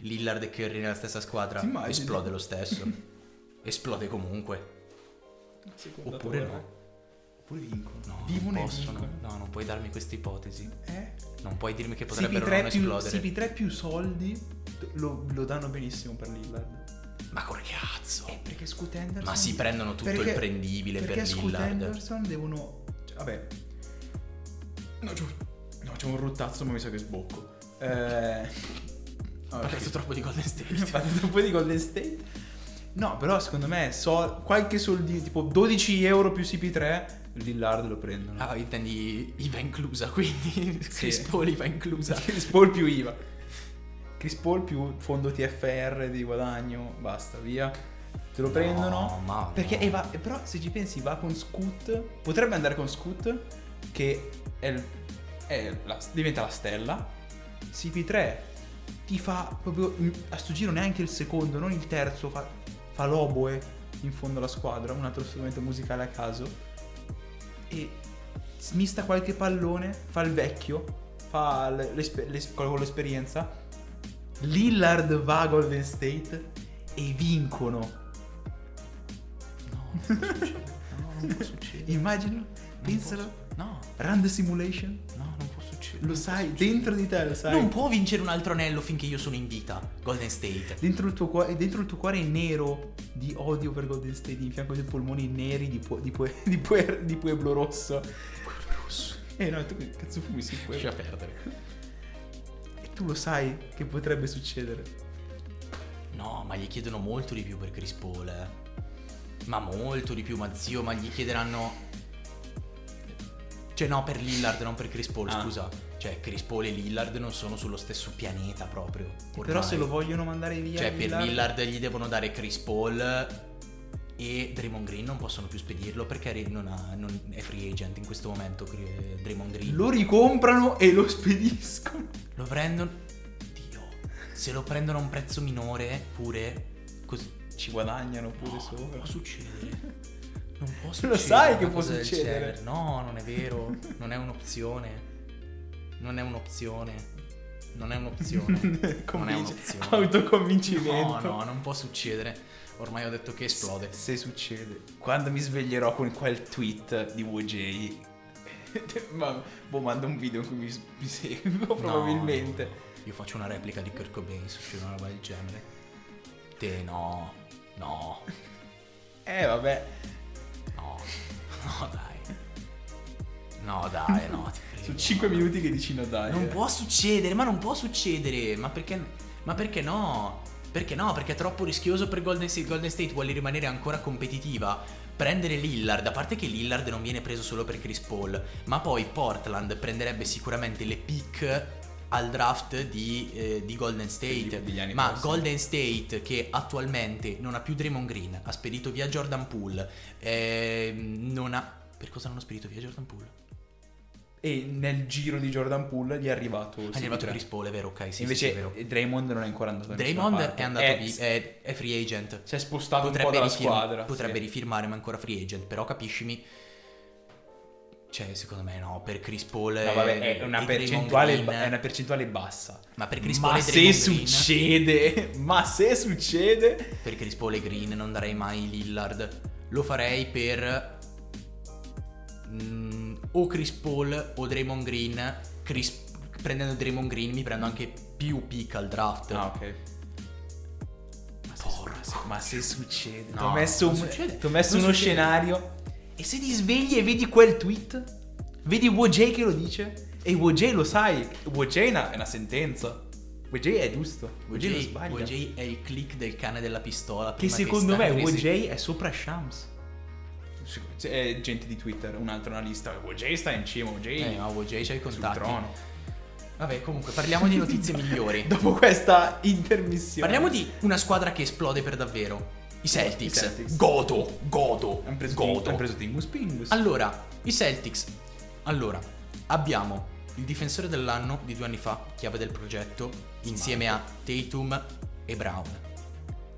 [SPEAKER 1] Lillard e Curry nella stessa squadra
[SPEAKER 2] Ti immagini?
[SPEAKER 1] esplode lo (laughs) stesso. esplode comunque.
[SPEAKER 2] Seconda
[SPEAKER 1] Oppure
[SPEAKER 2] torre.
[SPEAKER 1] no.
[SPEAKER 2] Oppure vincono.
[SPEAKER 1] No,
[SPEAKER 2] Vivono
[SPEAKER 1] non
[SPEAKER 2] e
[SPEAKER 1] possono.
[SPEAKER 2] vincono.
[SPEAKER 1] No, non puoi darmi questa ipotesi.
[SPEAKER 2] Eh?
[SPEAKER 1] Non puoi dirmi che potrebbero non
[SPEAKER 2] CP3 più,
[SPEAKER 1] esplodere.
[SPEAKER 2] CP3 più soldi lo, lo danno benissimo per Lillard.
[SPEAKER 1] Ma col cazzo.
[SPEAKER 2] Eh, perché Scoot Henderson...
[SPEAKER 1] Ma si prendono tutto il prendibile per
[SPEAKER 2] perché Scoot
[SPEAKER 1] Lillard.
[SPEAKER 2] Henderson devono... cioè, vabbè. No, c'è un, no, c'è un rottazzo ma mi sa che sbocco.
[SPEAKER 1] (laughs)
[SPEAKER 2] Eh...
[SPEAKER 1] Ho
[SPEAKER 2] vabbè,
[SPEAKER 1] parlato troppo di Golden State.
[SPEAKER 2] (laughs) ho
[SPEAKER 1] (laughs)
[SPEAKER 2] parlato un po' di Golden State. No, però secondo me so, qualche soldino, tipo 12 euro più CP3, Lillard lo prendono.
[SPEAKER 1] Ah, intendi IVA inclusa, quindi Chris
[SPEAKER 2] Sì.
[SPEAKER 1] Paul IVA inclusa.
[SPEAKER 2] (laughs) Chris Paul più IVA. Chris Paul più fondo TFR di guadagno, basta, via. Te lo prendono.
[SPEAKER 1] No, ma
[SPEAKER 2] Perché
[SPEAKER 1] no.
[SPEAKER 2] e va- e però se ci pensi va con Scoot, potrebbe andare con Scoot che è il- è la- diventa la stella. CP3 ti fa proprio a sto giro neanche il secondo, non il terzo, fa, fa l'oboe in fondo alla squadra, un altro strumento musicale a caso. E smista qualche pallone, fa il vecchio, fa l- l'espe- l'es- quello con l'esperienza. Lillard va a Golden State e vincono.
[SPEAKER 1] No, non può
[SPEAKER 2] (laughs)
[SPEAKER 1] succedere.
[SPEAKER 2] Immagino,
[SPEAKER 1] Non
[SPEAKER 2] pensalo.
[SPEAKER 1] può- No,
[SPEAKER 2] Run the simulation.
[SPEAKER 1] no, non può succedere.
[SPEAKER 2] Lo sai, dentro di te lo sai.
[SPEAKER 1] Non può vincere un altro anello finché io sono in vita. Golden State.
[SPEAKER 2] Dentro il, tuo cuore, dentro il tuo cuore nero di odio per Golden State, in fianco ai tuoi polmoni neri di, pue- di, pue- (laughs) di, pue- di Pueblo Rosso. Pueblo Rosso. Eh no, tu che cazzo fumi sì,
[SPEAKER 1] Lascia
[SPEAKER 2] Pueblo.
[SPEAKER 1] perdere.
[SPEAKER 2] E tu lo sai che potrebbe succedere.
[SPEAKER 1] No, ma gli chiedono molto di più per Chris Paul. eh. Ma molto di più, ma zio, ma gli chiederanno... Cioè no, per Lillard, non per Chris Paul,
[SPEAKER 2] Ah.
[SPEAKER 1] scusa. Cioè, Chris Paul e Lillard non sono sullo stesso pianeta proprio.
[SPEAKER 2] Però se
[SPEAKER 1] ormai.
[SPEAKER 2] lo vogliono mandare via...
[SPEAKER 1] Cioè, per
[SPEAKER 2] Lillard-
[SPEAKER 1] Lillard gli devono dare Chris Paul e Draymond Green non possono più spedirlo perché re- non ha- non è free agent in questo momento. Cri- Draymond Green lo,
[SPEAKER 2] Lo ricomprano e lo spediscono.
[SPEAKER 1] prendono. Dio, se lo prendono a un prezzo minore pure. Così.
[SPEAKER 2] Ci guadagnano pure
[SPEAKER 1] No, non
[SPEAKER 2] sopra.
[SPEAKER 1] può succedere. Non può succedere.
[SPEAKER 2] Lo sai che
[SPEAKER 1] una
[SPEAKER 2] può
[SPEAKER 1] cosa del
[SPEAKER 2] succedere.
[SPEAKER 1] genere. No, non è vero. Non è un'opzione. Non è un'opzione. Non è
[SPEAKER 2] (laughs)
[SPEAKER 1] un'opzione. non è
[SPEAKER 2] Convinci-
[SPEAKER 1] un'opzione. No,
[SPEAKER 2] Autoconvincimento.
[SPEAKER 1] no, non può succedere. Ormai ho detto che esplode.
[SPEAKER 2] Se succede, quando mi sveglierò con quel tweet di WJ, (laughs) ma boh, mando un video in cui mi, mi seguo (laughs) probabilmente.
[SPEAKER 1] No, io faccio una replica di Kirk Cobain, succede una roba del genere. Te no, no,
[SPEAKER 2] Eh, vabbè,
[SPEAKER 1] no, (laughs) no dai. No dai, no, ti prego.
[SPEAKER 2] sono 5 minuti che dici no dai.
[SPEAKER 1] Non
[SPEAKER 2] eh.
[SPEAKER 1] può succedere, ma non può succedere. Ma perché, ma perché no? Perché no? Perché è troppo rischioso per Golden State. Golden State vuole rimanere ancora competitiva. Prendere Lillard, a parte che Lillard non viene preso solo per Chris Paul, ma poi Portland prenderebbe sicuramente le pick al draft di, eh, di Golden State.
[SPEAKER 2] degli anni
[SPEAKER 1] ma
[SPEAKER 2] prossimi.
[SPEAKER 1] Golden State che attualmente non ha più Draymond Green, ha spedito via Jordan Poole, ehm, non ha... Per cosa non hanno spedito via Jordan Poole?
[SPEAKER 2] E nel giro di Jordan Poole gli è arrivato.
[SPEAKER 1] è arrivato Chris Paul, è vero, ok, sì, sì, sì,
[SPEAKER 2] Invece
[SPEAKER 1] è vero.
[SPEAKER 2] Draymond non è ancora andato. da
[SPEAKER 1] Draymond
[SPEAKER 2] nessuna parte.
[SPEAKER 1] è andato
[SPEAKER 2] Eh,
[SPEAKER 1] via,
[SPEAKER 2] s-
[SPEAKER 1] è, è free agent.
[SPEAKER 2] Si è spostato un po'
[SPEAKER 1] Potrebbe,
[SPEAKER 2] dalla
[SPEAKER 1] rifirm-
[SPEAKER 2] squadra.
[SPEAKER 1] potrebbe
[SPEAKER 2] sì.
[SPEAKER 1] rifirmare, ma ancora free agent. Però capiscimi. Cioè, secondo me no, per Chris Paul e-
[SPEAKER 2] No, vabbè, è una,
[SPEAKER 1] e Draymond
[SPEAKER 2] percentuale,
[SPEAKER 1] Green-
[SPEAKER 2] è una percentuale bassa.
[SPEAKER 1] ma per Chris Paul
[SPEAKER 2] ma
[SPEAKER 1] e
[SPEAKER 2] se
[SPEAKER 1] Draymond Green-
[SPEAKER 2] succede, (laughs) ma se succede,
[SPEAKER 1] per Chris Paul e Green non darei mai Lillard. Lo farei per mm, o Chris Paul o Draymond Green. Chris- prendendo Draymond Green mi prendo anche più pick al draft.
[SPEAKER 2] Ah, ok. Ma se,
[SPEAKER 1] Porco.
[SPEAKER 2] se- ma se succede,
[SPEAKER 1] No,
[SPEAKER 2] ti ho messo,
[SPEAKER 1] non
[SPEAKER 2] un-
[SPEAKER 1] succede,
[SPEAKER 2] ti ho messo
[SPEAKER 1] non
[SPEAKER 2] uno
[SPEAKER 1] succede.
[SPEAKER 2] scenario. E se ti svegli e vedi quel tweet, vedi WJ che lo dice. E WJ lo sai, WJ è una, è una sentenza. WJ è giusto. WJ, non
[SPEAKER 1] OJ,
[SPEAKER 2] sbaglia.
[SPEAKER 1] OJ è il click del cane della pistola.
[SPEAKER 2] che
[SPEAKER 1] prima
[SPEAKER 2] secondo
[SPEAKER 1] sta
[SPEAKER 2] me
[SPEAKER 1] presi-
[SPEAKER 2] WJ è sopra Shams. C'è gente di Twitter, un altro analista. WJ sta in cima, WJ
[SPEAKER 1] Eh, ma OJ c'ha i
[SPEAKER 2] sul
[SPEAKER 1] contatti.
[SPEAKER 2] trono.
[SPEAKER 1] Vabbè, comunque, parliamo di
[SPEAKER 2] (laughs)
[SPEAKER 1] notizie migliori.
[SPEAKER 2] Dopo questa intermissione.
[SPEAKER 1] Parliamo di una squadra che esplode per davvero. I Celtics.
[SPEAKER 2] I Celtics.
[SPEAKER 1] Goto, goto,
[SPEAKER 2] Hanno preso,
[SPEAKER 1] goto.
[SPEAKER 2] han preso Tingus Pingus.
[SPEAKER 1] Allora, i Celtics. Allora, abbiamo il difensore dell'anno di due anni fa, chiave del progetto, insieme a Tatum e Brown.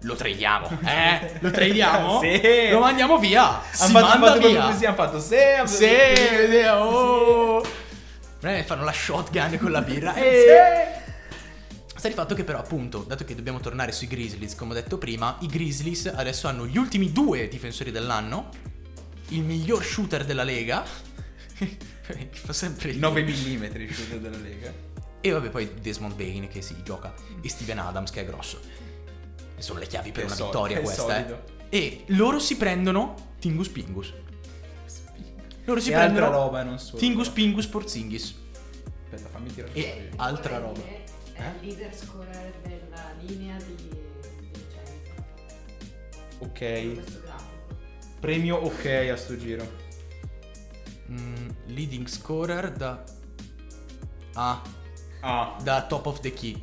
[SPEAKER 1] Lo tradiamo,
[SPEAKER 2] (laughs)
[SPEAKER 1] eh? Lo tradiamo?
[SPEAKER 2] Sì.
[SPEAKER 1] Lo mandiamo via.
[SPEAKER 2] Han
[SPEAKER 1] Si
[SPEAKER 2] fatto-
[SPEAKER 1] manda
[SPEAKER 2] fatto proprio
[SPEAKER 1] via.
[SPEAKER 2] così, hanno fatto se
[SPEAKER 1] Sì, sì, oh. Eh, fanno la shotgun con la
[SPEAKER 2] (laughs)
[SPEAKER 1] birra. Eh. Sta di fatto che però appunto, dato che dobbiamo tornare sui Grizzlies, come ho detto prima, i Grizzlies adesso hanno gli ultimi due difensori dell'anno, il miglior shooter della lega, (laughs) che fa sempre il
[SPEAKER 2] 9 mm il shooter della Lega.
[SPEAKER 1] E vabbè poi Desmond Bain che si gioca e Steven Adams che è grosso. E sono le chiavi per
[SPEAKER 2] È
[SPEAKER 1] una
[SPEAKER 2] solido,
[SPEAKER 1] vittoria
[SPEAKER 2] è
[SPEAKER 1] questa. eh.
[SPEAKER 2] solido.
[SPEAKER 1] E loro si prendono Tingus Pingus. Loro si
[SPEAKER 2] E
[SPEAKER 1] prendono
[SPEAKER 2] altra roba, non solo.
[SPEAKER 1] Tingus Pingus Porzingis.
[SPEAKER 2] Aspetta, fammi tirare
[SPEAKER 1] E-
[SPEAKER 2] fuori.
[SPEAKER 1] altra
[SPEAKER 4] Poi
[SPEAKER 1] roba.
[SPEAKER 4] Cioè, È
[SPEAKER 2] Eh?
[SPEAKER 4] il leader scorer della linea di... di Celica.
[SPEAKER 2] Ok.
[SPEAKER 4] Questo grafico.
[SPEAKER 2] Premio ok a sto giro.
[SPEAKER 1] Mm, leading scorer da... Ah,
[SPEAKER 2] Ah,
[SPEAKER 1] da top of the key.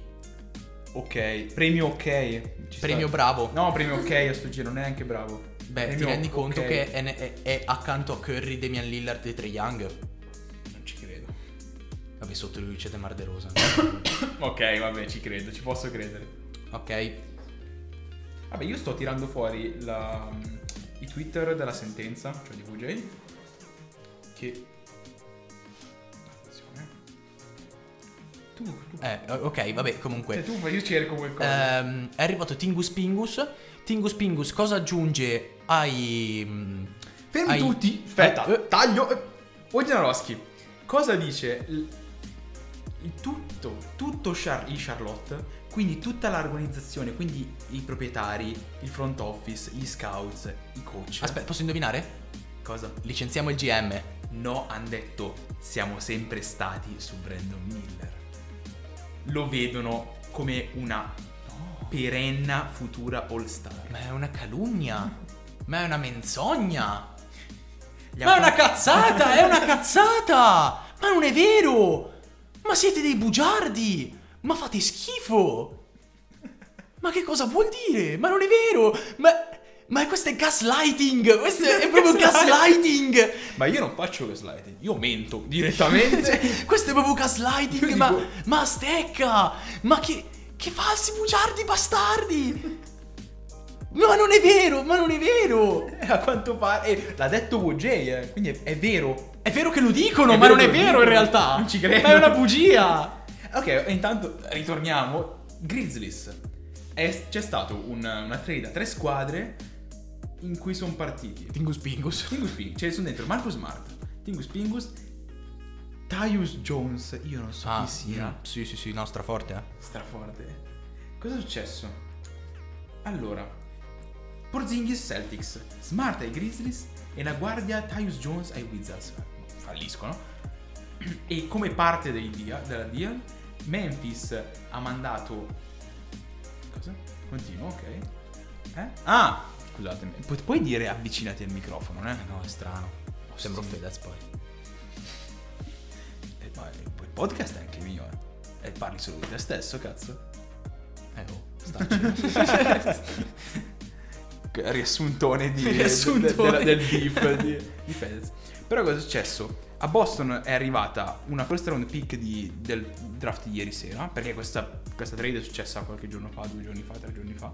[SPEAKER 2] ok. Premio ok. Ci
[SPEAKER 1] Premio
[SPEAKER 2] sta.
[SPEAKER 1] bravo.
[SPEAKER 2] No, premio ok a sto giro, non è neanche bravo.
[SPEAKER 1] Beh, ti
[SPEAKER 2] Premio
[SPEAKER 1] rendi
[SPEAKER 2] ok.
[SPEAKER 1] conto che è, è- è accanto a Curry, Damian Lillard e Trey Young.
[SPEAKER 2] Non ci credo.
[SPEAKER 1] Vabbè, sotto lui c'è Demar De
[SPEAKER 2] (coughs)
[SPEAKER 1] Rosa.
[SPEAKER 2] Ok, vabbè, ci credo, ci posso credere.
[SPEAKER 1] ok. eh,
[SPEAKER 2] Vabbè, io sto tirando fuori la- mm, i Twitter della sentenza, cioè di VJ. Che. Attenzione. Tu, tu.
[SPEAKER 1] Eh, ok, vabbè, comunque.
[SPEAKER 2] Cioè, tu, ma io cerco qualcosa.
[SPEAKER 1] Ehm, è arrivato Tingus Pingus. Tingus Pingus cosa aggiunge ai... mm,
[SPEAKER 2] Fermi
[SPEAKER 1] ai-
[SPEAKER 2] tutti! Aspetta,
[SPEAKER 1] Eh, eh,
[SPEAKER 2] taglio! eh. Wojnarowski, cosa dice l- il tutto, tutto Char- il Charlotte, quindi tutta l'organizzazione, quindi i proprietari, il front office, gli scouts, i coach.
[SPEAKER 1] Aspetta, posso indovinare?
[SPEAKER 2] cosa?
[SPEAKER 1] Licenziamo il GM.
[SPEAKER 2] No, hanno detto, siamo sempre stati su Brandon Miller. Lo vedono come una perenna futura all-star.
[SPEAKER 1] Ma è una calunnia. Ma è una menzogna.
[SPEAKER 2] Gli
[SPEAKER 1] Ma è
[SPEAKER 2] ha
[SPEAKER 1] una
[SPEAKER 2] fatto-
[SPEAKER 1] cazzata, è una cazzata! Ma non è vero! Ma siete dei bugiardi! Ma fate schifo! Ma che cosa vuol dire? Ma non è vero! Ma, ma questo è gaslighting! Questo
[SPEAKER 2] (laughs)
[SPEAKER 1] è proprio gaslighting!
[SPEAKER 2] (laughs) Ma io non faccio le slide, io mento
[SPEAKER 1] (laughs)
[SPEAKER 2] direttamente.
[SPEAKER 1] Cioè, questo è proprio gaslighting,
[SPEAKER 2] Io
[SPEAKER 1] ma,
[SPEAKER 2] dico-
[SPEAKER 1] ma stecca! Ma che, che falsi bugiardi bastardi! Ma non è vero, ma non è vero!
[SPEAKER 2] Eh, A quanto pare eh, l'ha detto OJ, eh, quindi è, è vero.
[SPEAKER 1] È vero che lo dicono,
[SPEAKER 2] È
[SPEAKER 1] ma
[SPEAKER 2] vero
[SPEAKER 1] non è
[SPEAKER 2] che lo
[SPEAKER 1] vero in
[SPEAKER 2] dicono.
[SPEAKER 1] realtà!
[SPEAKER 2] Non ci credo.
[SPEAKER 1] Ma è una bugia!
[SPEAKER 2] (laughs) Ok, intanto ritorniamo. Grizzlies. È- c'è stato un- una trade a tre squadre in cui sono partiti.
[SPEAKER 1] Tingus Pingus.
[SPEAKER 2] Tingus Pingus, cioè sono dentro Marco Smart, Tingus Pingus, Tyus Jones, io non
[SPEAKER 1] Ah,
[SPEAKER 2] so chi sia.
[SPEAKER 1] sì, sì, sì, no, straforte, eh.
[SPEAKER 2] Straforte. Cosa è successo? Allora, Porzingis Celtics, Smart ai Grizzlies e la guardia Tyus Jones ai Wizards. Falliscono. E come parte dei dia- della deal, Memphis ha mandato... Cosa? Continuo, ok. Eh? Ah, scusatemi. pu- puoi dire avvicinati al microfono, eh?
[SPEAKER 1] No, è strano. Sembro Fedez poi.
[SPEAKER 2] Eh, ma il podcast è anche mio, eh. E parli solo di te stesso, cazzo. (laughs)
[SPEAKER 1] Eh, oh, (laughs) stacci.
[SPEAKER 2] riassuntone di,
[SPEAKER 1] Riassuntone.
[SPEAKER 2] de- de- del beef di, (laughs) di Fedez. Però cosa è successo? A Boston è arrivata una first round pick di- del draft di ieri sera, perché questa, questa trade è successa qualche giorno fa, due giorni fa, tre giorni fa.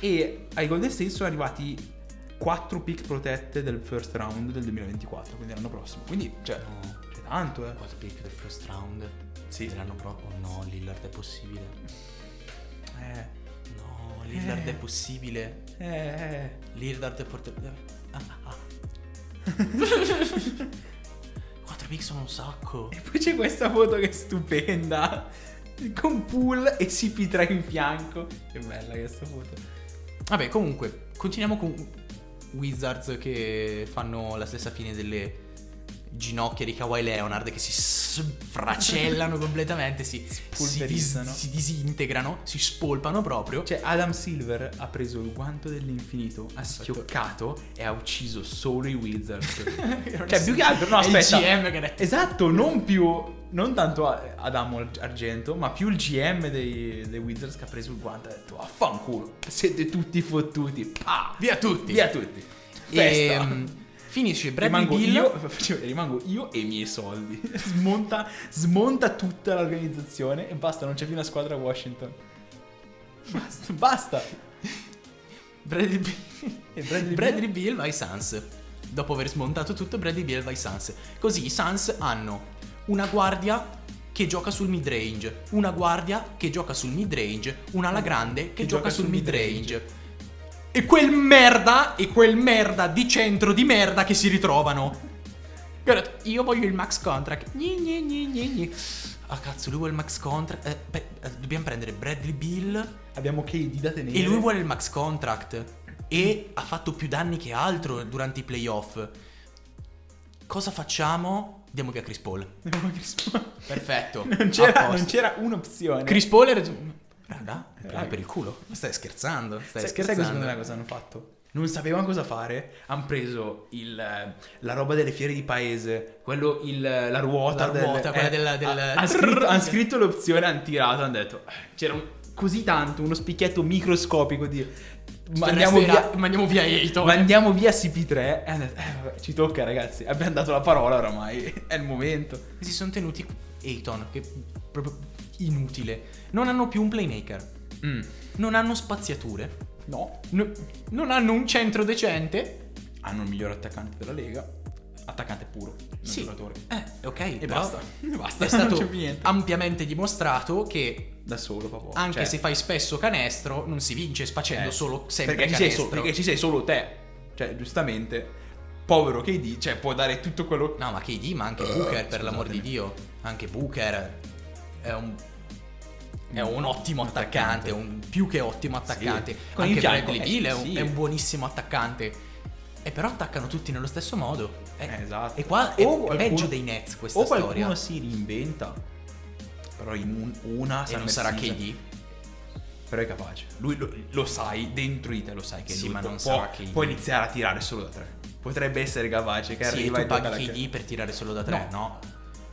[SPEAKER 2] E ai Golden State sono arrivati 4 pick protette del first round del 2024, quindi l'anno prossimo. Quindi, cioè,
[SPEAKER 1] No.
[SPEAKER 2] c'è tanto, eh.
[SPEAKER 1] Quattro pick del first round.
[SPEAKER 2] Sì.
[SPEAKER 1] Dell'anno proprio. Oh no, Lillard è possibile.
[SPEAKER 2] Eh,
[SPEAKER 1] No, Lillard
[SPEAKER 2] Eh.
[SPEAKER 1] è possibile.
[SPEAKER 2] eh, eh.
[SPEAKER 1] Lillard è porter... Ah, ah, (laughs) ah. Quattro pick sono un sacco.
[SPEAKER 2] E poi c'è questa foto che è stupenda. Con Pool e CP3 in fianco. Che bella questa foto.
[SPEAKER 1] Vabbè, comunque, continuiamo con Wizards che fanno la stessa fine delle ginocchia di Kawhi Leonard che si (laughs) sfracellano completamente, si, si, dis-
[SPEAKER 2] Spolverizzano.
[SPEAKER 1] si disintegrano, si spolpano proprio.
[SPEAKER 2] Cioè, Adam Silver ha preso il guanto dell'infinito, ha schioccato e ha ucciso solo i Wizards.
[SPEAKER 1] (laughs)
[SPEAKER 2] cioè, più che altro, no,
[SPEAKER 1] È il
[SPEAKER 2] aspetta.
[SPEAKER 1] GM che ha detto-
[SPEAKER 2] Esatto, non più. Non tanto a- Adamo Ar- Argento, ma più il GM dei, dei Wizards che ha preso il guanto e ha detto: Affanculo, siete tutti fottuti. Pa!
[SPEAKER 1] Via tutti!
[SPEAKER 2] Via tutti! Ehm,
[SPEAKER 1] E,
[SPEAKER 2] Festa!
[SPEAKER 1] mm, finisce Bradley
[SPEAKER 2] rimango
[SPEAKER 1] Beal.
[SPEAKER 2] io, (laughs) faccio vedere, rimango io e i miei soldi. (laughs) Smonta, smonta tutta l'organizzazione e basta, non c'è più una squadra a Washington. Basta, basta.
[SPEAKER 1] Bradley Beal.
[SPEAKER 2] E Bradley
[SPEAKER 1] Bradley Beal va ai Suns. Dopo aver smontato tutto, Bradley Beal va ai Suns. Così i Suns hanno una guardia che gioca sul mid range, una guardia che gioca sul mid range, una alla grande che, gioca, sul mid range. E quel merda, e quel merda di centro di merda che si ritrovano. Che ho detto, Io voglio il max contract. Gni, gni, gni, gni, gni. Ah cazzo, lui vuole il max contract. Eh, beh, eh, dobbiamo prendere Bradley Beal.
[SPEAKER 2] Abbiamo KD da tenere.
[SPEAKER 1] E lui vuole il max contract. E ha fatto più danni che altro durante i playoff. Cosa facciamo? Diamo via Chris Paul.
[SPEAKER 2] Abbiamo Chris Paul.
[SPEAKER 1] Perfetto.
[SPEAKER 2] (laughs) Non
[SPEAKER 1] a
[SPEAKER 2] c'era,
[SPEAKER 1] posto.
[SPEAKER 2] non c'era un'opzione.
[SPEAKER 1] Chris Paul era. Raga, mi prendi
[SPEAKER 2] Raga.
[SPEAKER 1] per il culo. Ma Stai scherzando. Stai
[SPEAKER 2] Sai, sai cosa
[SPEAKER 1] scherzando.
[SPEAKER 2] secondo me cosa hanno fatto? Non sapevano cosa fare, hanno preso il, eh, la roba delle fiere di paese, quello, il, eh, la ruota,
[SPEAKER 1] La ruota, quella della- del- (laughs)
[SPEAKER 2] hanno scritto, han scritto l'opzione, hanno tirato, hanno detto, eh, c'era un- così tanto, uno spicchietto microscopico di... Mandiamo
[SPEAKER 3] resto era-
[SPEAKER 2] via,
[SPEAKER 3] mandiamo via Ayton."
[SPEAKER 2] Mandiamo via CP3 e hanno detto, "Eh, vabbè, ci tocca ragazzi, abbiamo dato la parola oramai, è il momento.
[SPEAKER 1] Si sono tenuti Ayton, che è proprio inutile. Non hanno più un playmaker.
[SPEAKER 2] Mm,
[SPEAKER 1] Non hanno spaziature.
[SPEAKER 2] No,
[SPEAKER 1] no- non hanno un centro decente.
[SPEAKER 2] hanno il miglior attaccante della Lega, attaccante puro, non
[SPEAKER 1] Sì.
[SPEAKER 2] giocatore.
[SPEAKER 1] Eh, ok.
[SPEAKER 2] E
[SPEAKER 1] però (laughs)
[SPEAKER 2] basta, e (laughs) basta,
[SPEAKER 1] È
[SPEAKER 2] non
[SPEAKER 1] stato
[SPEAKER 2] c'è più niente.
[SPEAKER 1] ampiamente dimostrato che
[SPEAKER 2] da solo proprio.
[SPEAKER 1] Anche
[SPEAKER 2] Cioè,
[SPEAKER 1] se fai spesso canestro, non si vince facendo
[SPEAKER 2] eh,
[SPEAKER 1] solo sempre
[SPEAKER 2] perché ci, sei
[SPEAKER 1] canestro.
[SPEAKER 2] solo, perché ci sei solo te. Cioè, giustamente, povero KD, cioè può dare tutto quello
[SPEAKER 1] No, ma KD, ma anche Booker, per l'amor di Dio. Anche Booker è un. È un ottimo attaccante,
[SPEAKER 2] attaccante.
[SPEAKER 1] un più che ottimo attaccante.
[SPEAKER 2] Con
[SPEAKER 1] Anche
[SPEAKER 2] il fianco,
[SPEAKER 1] Bradley
[SPEAKER 2] eh,
[SPEAKER 1] Beal è, un,
[SPEAKER 2] sì.
[SPEAKER 1] è un buonissimo attaccante. E però attaccano tutti nello stesso modo. Eh,
[SPEAKER 2] Eh, esatto.
[SPEAKER 1] E qua è
[SPEAKER 2] O qualcuno-
[SPEAKER 1] peggio dei Nets questa
[SPEAKER 2] o
[SPEAKER 1] storia.
[SPEAKER 2] qualcuno si reinventa. Però in un- una
[SPEAKER 1] E
[SPEAKER 2] sarà
[SPEAKER 1] non sarà
[SPEAKER 2] messa in-
[SPEAKER 1] KD.
[SPEAKER 2] Però è capace. Lui lo, lo sai, dentro di te lo sai che
[SPEAKER 1] Sì,
[SPEAKER 2] lui
[SPEAKER 1] ma
[SPEAKER 2] può,
[SPEAKER 1] non
[SPEAKER 2] può,
[SPEAKER 1] sarà KD.
[SPEAKER 2] può iniziare a tirare solo da tre. Potrebbe essere capace che
[SPEAKER 1] Sì, e
[SPEAKER 2] arriva
[SPEAKER 1] tu
[SPEAKER 2] e gioca
[SPEAKER 1] paghi
[SPEAKER 2] la-
[SPEAKER 1] KD per tirare solo da tre, no?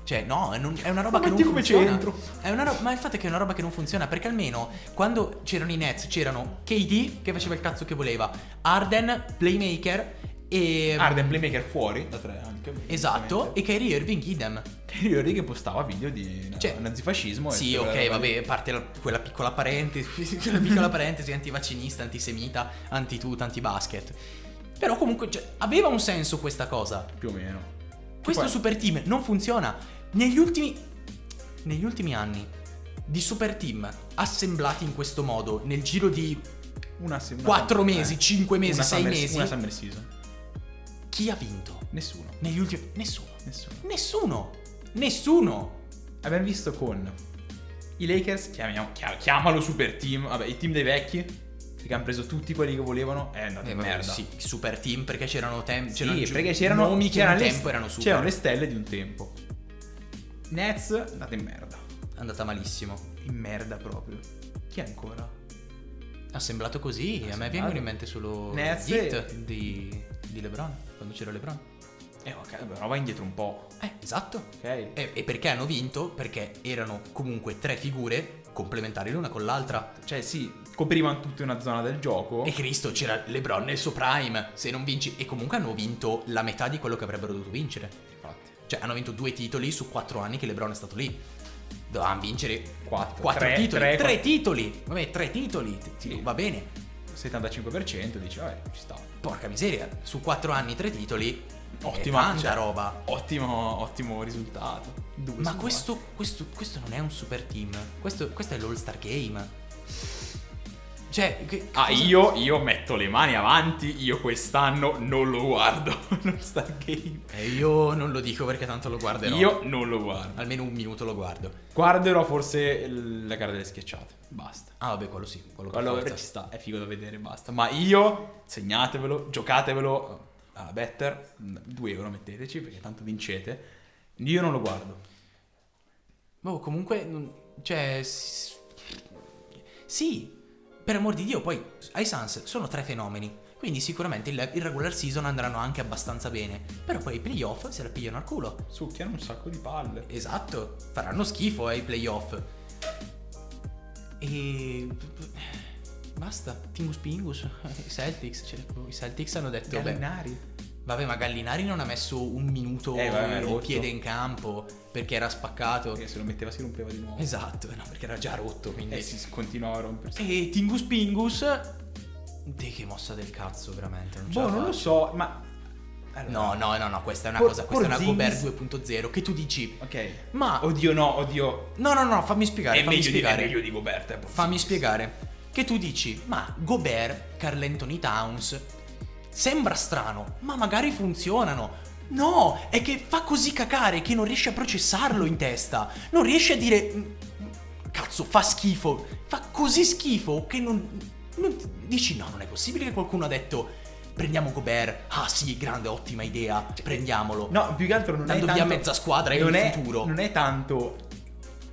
[SPEAKER 1] Cioè, no, è non- è una roba
[SPEAKER 2] Ma
[SPEAKER 1] che non
[SPEAKER 2] metti come
[SPEAKER 1] funziona.
[SPEAKER 2] centro.
[SPEAKER 1] È una ro- ma il fatto è che è una roba che non funziona, perché almeno quando c'erano i Nets c'erano KD che faceva il cazzo che voleva, Arden, playmaker e...
[SPEAKER 2] Arden Ah, Playmaker fuori da tre anche.
[SPEAKER 1] ehm,
[SPEAKER 2] (laughs)
[SPEAKER 1] Esatto, e Kyrie Irving idem.
[SPEAKER 2] Interiori che postava video di
[SPEAKER 1] Cioè-
[SPEAKER 2] nazifascismo. e
[SPEAKER 1] Sì,
[SPEAKER 2] quella
[SPEAKER 1] ok,
[SPEAKER 2] roba lì.
[SPEAKER 1] vabbè, a parte la- quella piccola parentesi, (laughs) quella piccola parentesi antivaccinista, antisemita, anti-tutto, anti-basket. Però comunque cioè, aveva un senso questa cosa.
[SPEAKER 2] Più o meno.
[SPEAKER 1] Questo
[SPEAKER 2] Poi-
[SPEAKER 1] super team non funziona. Negli ultimi, negli ultimi anni di super team assemblati in questo modo, nel giro di
[SPEAKER 2] Una, se- una
[SPEAKER 1] 4
[SPEAKER 2] summer-
[SPEAKER 1] mesi,
[SPEAKER 2] eh.
[SPEAKER 1] 5 mesi,
[SPEAKER 2] Una
[SPEAKER 1] 6
[SPEAKER 2] summer-
[SPEAKER 1] mesi,
[SPEAKER 2] Una summer season.
[SPEAKER 1] chi ha vinto?
[SPEAKER 2] Nessuno.
[SPEAKER 1] Negli ultimi... Nessuno.
[SPEAKER 2] Nessuno.
[SPEAKER 1] Nessuno. Nessuno.
[SPEAKER 2] Abbiamo visto con i Lakers, chiamiamo, chia- chiamalo super team, vabbè, i team dei vecchi, perché hanno preso tutti quelli che volevano, è andato
[SPEAKER 1] Eh,
[SPEAKER 2] in
[SPEAKER 1] vabbè,
[SPEAKER 2] merda. Cioè,
[SPEAKER 1] sì, super team perché c'erano tempi.
[SPEAKER 2] Sì,
[SPEAKER 1] c'erano giu-
[SPEAKER 2] perché c'erano,
[SPEAKER 1] nomi che
[SPEAKER 2] c'erano
[SPEAKER 1] un
[SPEAKER 2] le
[SPEAKER 1] tempo
[SPEAKER 2] st-
[SPEAKER 1] erano super.
[SPEAKER 2] c'erano le stelle di un tempo. Nets, andate in merda.
[SPEAKER 1] È andata malissimo.
[SPEAKER 2] In merda proprio. Chi è ancora?
[SPEAKER 1] Assemblato così, a me
[SPEAKER 2] Assemblato.
[SPEAKER 1] vengono in mente solo
[SPEAKER 2] Nets
[SPEAKER 1] Heat
[SPEAKER 2] e-
[SPEAKER 1] di, di LeBron, quando c'era LeBron.
[SPEAKER 2] Eh, ok, però vai indietro un po',
[SPEAKER 1] Eh, esatto.
[SPEAKER 2] ok?
[SPEAKER 1] E, e perché hanno vinto? Perché erano comunque tre figure complementari l'una con l'altra.
[SPEAKER 2] Cioè, sì, coprivano tutta una zona del gioco.
[SPEAKER 1] E Cristo c'era LeBron nel suo prime. Se non vinci, e comunque hanno vinto la metà di quello che avrebbero dovuto vincere.
[SPEAKER 2] Infatti.
[SPEAKER 1] Cioè, hanno vinto due titoli su quattro anni che LeBron è stato lì. Dovevano vincere
[SPEAKER 2] Quattro.
[SPEAKER 1] quattro
[SPEAKER 2] Tre,
[SPEAKER 1] titoli. Tre,
[SPEAKER 2] tre, quattro.
[SPEAKER 1] titoli. Vabbè, tre titoli. Ti- ti-
[SPEAKER 2] Sì.
[SPEAKER 1] Va bene.
[SPEAKER 2] 75% dice, vabbè, ci sta.
[SPEAKER 1] Porca miseria. Su quattro anni, tre titoli.
[SPEAKER 2] Ottima,
[SPEAKER 1] Ottima. Tanta
[SPEAKER 2] cioè,
[SPEAKER 1] roba.
[SPEAKER 2] Ottimo, ottimo risultato. Due
[SPEAKER 1] Ma
[SPEAKER 2] su
[SPEAKER 1] questo, questo, questo non è un super team. Questo, questo è l'All-Star Game. Cioè, che,
[SPEAKER 2] quattro. Ah,
[SPEAKER 1] cosa-
[SPEAKER 2] io, io metto le mani avanti, io quest'anno non lo guardo. (laughs) Non sta game.
[SPEAKER 1] Eh, io non lo dico perché tanto lo guarderò.
[SPEAKER 2] Io non lo guardo.
[SPEAKER 1] Almeno un minuto lo guardo.
[SPEAKER 2] Guarderò forse l- la gara delle schiacciate. Basta.
[SPEAKER 1] Ah, vabbè, quello sì. Quello, per
[SPEAKER 2] Quello
[SPEAKER 1] forza.
[SPEAKER 2] ci sta, è figo da vedere, basta. Ma io, segnatevelo, giocatevelo. a Better, 2 euro metteteci perché tanto vincete. Io non lo guardo.
[SPEAKER 1] Boh, comunque, non- cioè, s- sì, per amor di Dio, poi ai Suns sono tre fenomeni, quindi sicuramente il, il regular season andranno anche abbastanza bene, però poi i playoff se la pigliano al culo.
[SPEAKER 2] Succhiano un sacco di palle.
[SPEAKER 1] Esatto, faranno schifo ai playoff. E... Basta, Timus Pingus, i Celtics, cioè, i Celtics hanno detto... "Beh,
[SPEAKER 2] Gallinari.
[SPEAKER 1] Vabbè, ma Gallinari non ha messo un minuto
[SPEAKER 2] Eh, vabbè,
[SPEAKER 1] il
[SPEAKER 2] rotto.
[SPEAKER 1] piede in campo perché era spaccato.
[SPEAKER 2] Perché se lo metteva si rompeva di nuovo.
[SPEAKER 1] Esatto, no, perché era già rotto, quindi... Eh,
[SPEAKER 2] E Eh, si continuava a rompersi.
[SPEAKER 1] E Tingus Pingus... Te che mossa del cazzo, veramente. Non ce
[SPEAKER 2] Boh,
[SPEAKER 1] la
[SPEAKER 2] non lo
[SPEAKER 1] faccio.
[SPEAKER 2] so, ma... Allora,
[SPEAKER 1] No, no, no, no, questa è una
[SPEAKER 2] Por-
[SPEAKER 1] cosa, questa è una
[SPEAKER 2] Porzingis-
[SPEAKER 1] Gobert 2.0 che tu dici...
[SPEAKER 2] Ok.
[SPEAKER 1] Ma...
[SPEAKER 2] Oddio no, oddio.
[SPEAKER 1] No, no, no, fammi spiegare,
[SPEAKER 2] è,
[SPEAKER 1] fammi
[SPEAKER 2] meglio
[SPEAKER 1] spiegare.
[SPEAKER 2] Di, è meglio di Gobert. eh, Porzingis.
[SPEAKER 1] Fammi spiegare. Che tu dici, ma Gobert, Carl Anthony Towns, sembra strano, ma magari funzionano. No, è che fa così cacare che non riesce a processarlo in testa. Non riesce a dire... "M- Cazzo, fa schifo. Fa così schifo che non... non ti- dici no, non è possibile che qualcuno ha detto... Prendiamo Gobert. Ah sì, grande, ottima idea. Prendiamolo.
[SPEAKER 2] No, più che altro non
[SPEAKER 1] Dando
[SPEAKER 2] è
[SPEAKER 1] via
[SPEAKER 2] tanto...
[SPEAKER 1] mezza squadra, è
[SPEAKER 2] non
[SPEAKER 1] il
[SPEAKER 2] è,
[SPEAKER 1] futuro.
[SPEAKER 2] Non è tanto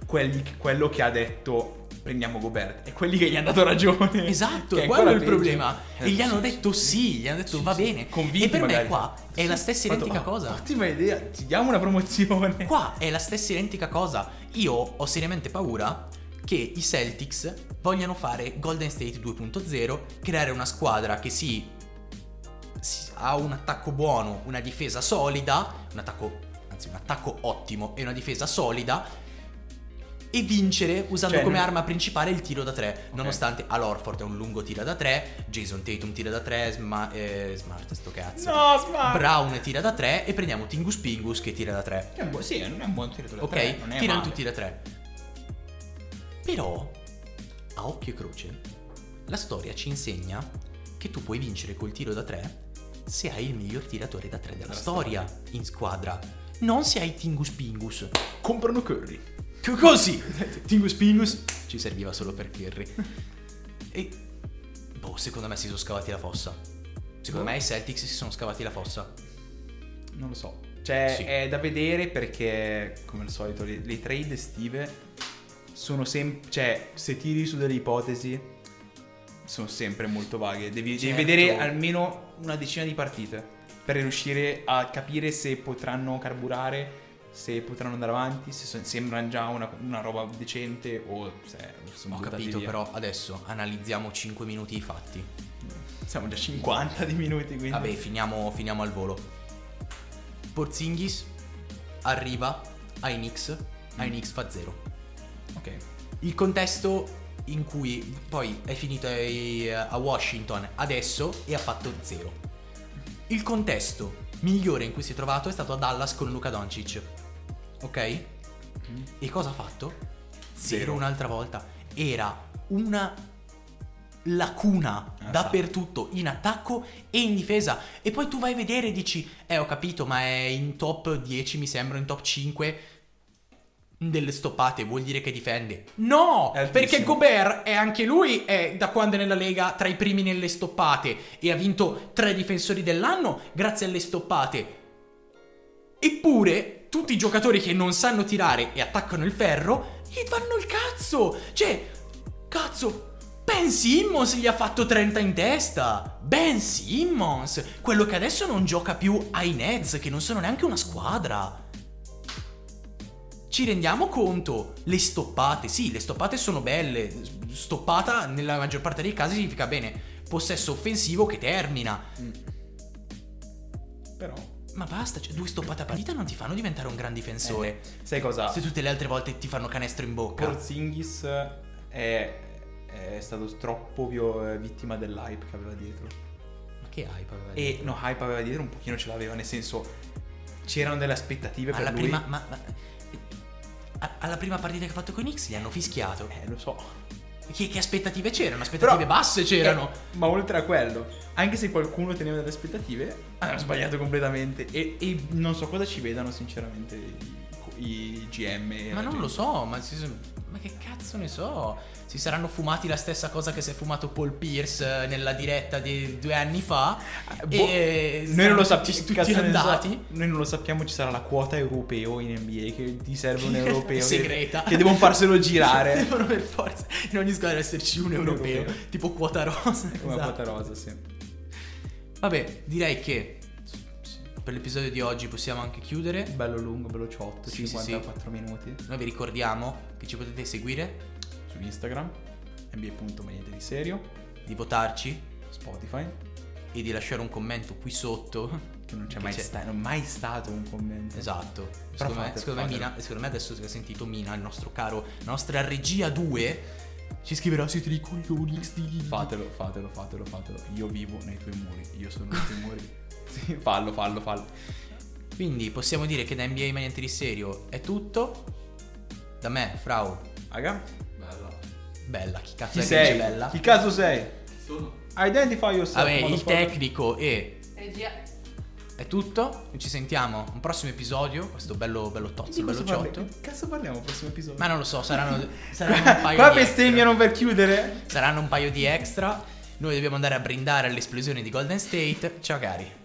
[SPEAKER 2] quelli che- quello che ha detto prendiamo Gobert, è quelli che gli hanno dato ragione.
[SPEAKER 1] (laughs) Esatto,
[SPEAKER 2] Che è
[SPEAKER 1] quello è il
[SPEAKER 2] ancora peggio.
[SPEAKER 1] problema.
[SPEAKER 2] Eh,
[SPEAKER 1] e gli hanno
[SPEAKER 2] sì,
[SPEAKER 1] detto
[SPEAKER 2] sì.
[SPEAKER 1] sì, gli hanno detto
[SPEAKER 2] Sì,
[SPEAKER 1] va
[SPEAKER 2] sì.
[SPEAKER 1] bene.
[SPEAKER 2] Convinti
[SPEAKER 1] e per me
[SPEAKER 2] magari.
[SPEAKER 1] qua è
[SPEAKER 2] Sì,
[SPEAKER 1] la stessa
[SPEAKER 2] fatto,
[SPEAKER 1] identica
[SPEAKER 2] "Ah,
[SPEAKER 1] cosa.
[SPEAKER 2] Ottima idea, ti diamo una promozione.
[SPEAKER 1] Qua è la stessa identica cosa. Io ho seriamente paura che i Celtics vogliano fare Golden State 2.0, creare una squadra che si, si- ha un attacco buono, una difesa solida, un attacco, anzi un attacco ottimo e una difesa solida e vincere usando
[SPEAKER 2] Cioè,
[SPEAKER 1] come
[SPEAKER 2] non-
[SPEAKER 1] arma principale il tiro da tre, nonostante Al Horford è un lungo tiro da tre, Jason Tatum tira da tre, Sma- eh, Smart sto cazzo.
[SPEAKER 2] (laughs) No, smart.
[SPEAKER 1] Brown tira da tre e prendiamo Tingus Pingus che tira da tre.
[SPEAKER 2] È un buon- sì, non è un buon tiratore.
[SPEAKER 1] Ok,
[SPEAKER 2] però non è
[SPEAKER 1] tirano
[SPEAKER 2] male.
[SPEAKER 1] tutti da tre. Però, a occhio e croce, la storia ci insegna che tu puoi vincere col tiro da tre se hai il miglior tiratore da tre della
[SPEAKER 2] Della
[SPEAKER 1] storia in squadra, non se hai Tingus Pingus.
[SPEAKER 2] Comprano Curry.
[SPEAKER 1] Co-
[SPEAKER 2] (laughs)
[SPEAKER 1] Così! Tingus Pingus ci serviva solo per Curry. E, boh, secondo me si sono scavati la fossa. Secondo
[SPEAKER 2] Boh.
[SPEAKER 1] me i Celtics si sono scavati la fossa.
[SPEAKER 2] Non lo so. Cioè,
[SPEAKER 1] Sì.
[SPEAKER 2] è da vedere perché, come al solito, le, le trade estive sono sempre. Cioè, se tiri su delle ipotesi, sono sempre molto vaghe. Devi, devi
[SPEAKER 1] Certo.
[SPEAKER 2] vedere almeno una decina di partite per riuscire a capire se potranno carburare, se potranno andare avanti, se so- sembrano già una, una roba decente o se sono
[SPEAKER 1] Ho
[SPEAKER 2] buttati
[SPEAKER 1] capito,
[SPEAKER 2] via.
[SPEAKER 1] però adesso analizziamo 5 minuti i fatti.
[SPEAKER 2] Siamo già a 50 di minuti, quindi.
[SPEAKER 1] Vabbè, finiamo, finiamo al volo. Porzingis arriva ai Knicks, ai
[SPEAKER 2] Mm.
[SPEAKER 1] Knicks fa 0.
[SPEAKER 2] Ok.
[SPEAKER 1] Il contesto in cui poi è finito ai- a Washington adesso e ha fatto 0. Il contesto migliore in cui si è trovato è stato a Dallas con Luka Doncic. Ok? E cosa ha fatto? Zero,
[SPEAKER 2] Zero.
[SPEAKER 1] un'altra volta. Era una lacuna
[SPEAKER 2] Ah,
[SPEAKER 1] dappertutto, in attacco e in difesa. E poi tu vai a vedere e dici, eh ho capito, ma è in top 10, mi sembra, in top 5 delle stoppate, vuol dire che difende. No,
[SPEAKER 2] È altissimo.
[SPEAKER 1] perché Gobert è anche lui, è da quando è nella Lega tra i primi nelle stoppate e ha vinto tre difensori dell'anno grazie alle stoppate. Eppure, tutti i giocatori che non sanno tirare e attaccano il ferro, gli fanno il cazzo! Cioè, cazzo, Ben Simmons gli ha fatto 30 in testa! Ben Simmons! Quello che adesso non gioca più ai Nets, che non sono neanche una squadra! Ci rendiamo conto, le stoppate, sì, le stoppate sono belle, stoppata nella maggior parte dei casi significa bene, possesso offensivo che termina,
[SPEAKER 2] Però.
[SPEAKER 1] ma basta, cioè, due stoppate a partita non ti fanno diventare un gran difensore.
[SPEAKER 2] Eh, sai cosa?
[SPEAKER 1] Se tutte le altre volte ti fanno canestro in bocca.
[SPEAKER 2] Porzingis è, è stato troppo vio- eh, vittima dell'hype che aveva dietro.
[SPEAKER 1] Ma che hype aveva
[SPEAKER 2] E
[SPEAKER 1] detto?
[SPEAKER 2] no, hype aveva dietro un pochino ce l'aveva, nel senso c'erano delle aspettative
[SPEAKER 1] alla
[SPEAKER 2] per lui.
[SPEAKER 1] prima, ma- ma- a- alla prima partita che ha fatto con i Knicks gli hanno fischiato.
[SPEAKER 2] Eh, lo so.
[SPEAKER 1] Che, che aspettative c'erano? Aspettative basse c'erano.
[SPEAKER 2] Eh, ma oltre a quello, anche se qualcuno teneva delle ah, aspettative, hanno sbagliato completamente e, e non so cosa ci vedano sinceramente i, i GM. e
[SPEAKER 1] Ma
[SPEAKER 2] la
[SPEAKER 1] non
[SPEAKER 2] gente. Eh,
[SPEAKER 1] lo so, ma, si- ma che cazzo ne so? Si saranno fumati la stessa cosa che si è fumato Paul Pierce eh, nella diretta di due anni fa.
[SPEAKER 2] Boh,
[SPEAKER 1] e
[SPEAKER 2] Noi non lo
[SPEAKER 1] saranno Eh, tutti-
[SPEAKER 2] sappiamo,
[SPEAKER 1] tutti andati.
[SPEAKER 2] Noi non lo sappiamo, ci sarà la quota europeo in NBA che ti serve un europeo. che-
[SPEAKER 1] (laughs) Segreta.
[SPEAKER 2] Che, devono farselo girare.
[SPEAKER 1] (laughs) Devono per forza in ogni squadra esserci un
[SPEAKER 2] Un
[SPEAKER 1] europeo,
[SPEAKER 2] europeo.
[SPEAKER 1] tipo quota rosa.
[SPEAKER 2] Come
[SPEAKER 1] esatto.
[SPEAKER 2] quota rosa, sì.
[SPEAKER 1] Vabbè, direi che per l'episodio di oggi possiamo anche chiudere.
[SPEAKER 2] Bello lungo, bello ciotto,
[SPEAKER 1] Sì, sì,
[SPEAKER 2] 54 minuti.
[SPEAKER 1] Noi vi ricordiamo che ci potete seguire,
[SPEAKER 2] Su Instagram, nba.magnete di serio,
[SPEAKER 1] di votarci
[SPEAKER 2] Spotify,
[SPEAKER 1] e di lasciare un commento qui sotto.
[SPEAKER 2] che non c'è,
[SPEAKER 1] Che
[SPEAKER 2] mai,
[SPEAKER 1] c'è.
[SPEAKER 2] sta- non è mai stato un commento.
[SPEAKER 1] Esatto.
[SPEAKER 2] Però
[SPEAKER 1] Secondo me,
[SPEAKER 2] fate-
[SPEAKER 1] secondo me
[SPEAKER 2] fatelo.
[SPEAKER 1] Mina- secondo me adesso che ha sentito Mina, il nostro caro, la nostra regia 2, ci scriverà siete dei coglioni. sti-"
[SPEAKER 2] Fatelo, fatelo, fatelo, fatelo. Io vivo nei tuoi muri, io sono nei tuoi
[SPEAKER 1] (laughs)
[SPEAKER 2] muri. Sì, fallo, fallo, fallo.
[SPEAKER 1] Quindi possiamo dire che da NBA Maniante di Serio è tutto. Da me, Frau,
[SPEAKER 2] Raga,
[SPEAKER 5] Bella.
[SPEAKER 1] bella, chi cazzo
[SPEAKER 2] chi
[SPEAKER 1] è che
[SPEAKER 2] sei?
[SPEAKER 1] dice bella?
[SPEAKER 2] Chi cazzo sei?
[SPEAKER 5] Sono.
[SPEAKER 2] Identify yourself.
[SPEAKER 1] Vabbè, il
[SPEAKER 2] motherfucker.
[SPEAKER 1] tecnico e
[SPEAKER 4] Regia.
[SPEAKER 1] è tutto. Ci sentiamo un prossimo episodio. Questo bello bello
[SPEAKER 2] Di
[SPEAKER 1] tozzo,
[SPEAKER 2] cosa
[SPEAKER 1] bello
[SPEAKER 2] parli-
[SPEAKER 1] ciotto.
[SPEAKER 2] Che cazzo parliamo al prossimo episodio?
[SPEAKER 1] Ma non lo so,
[SPEAKER 2] (laughs)
[SPEAKER 1] saranno, saranno un paio
[SPEAKER 2] Qua
[SPEAKER 1] di extra.
[SPEAKER 2] bestemmiano per chiudere.
[SPEAKER 1] Saranno un paio di extra. Noi dobbiamo andare a brindare all'esplosione di Golden State. Ciao cari.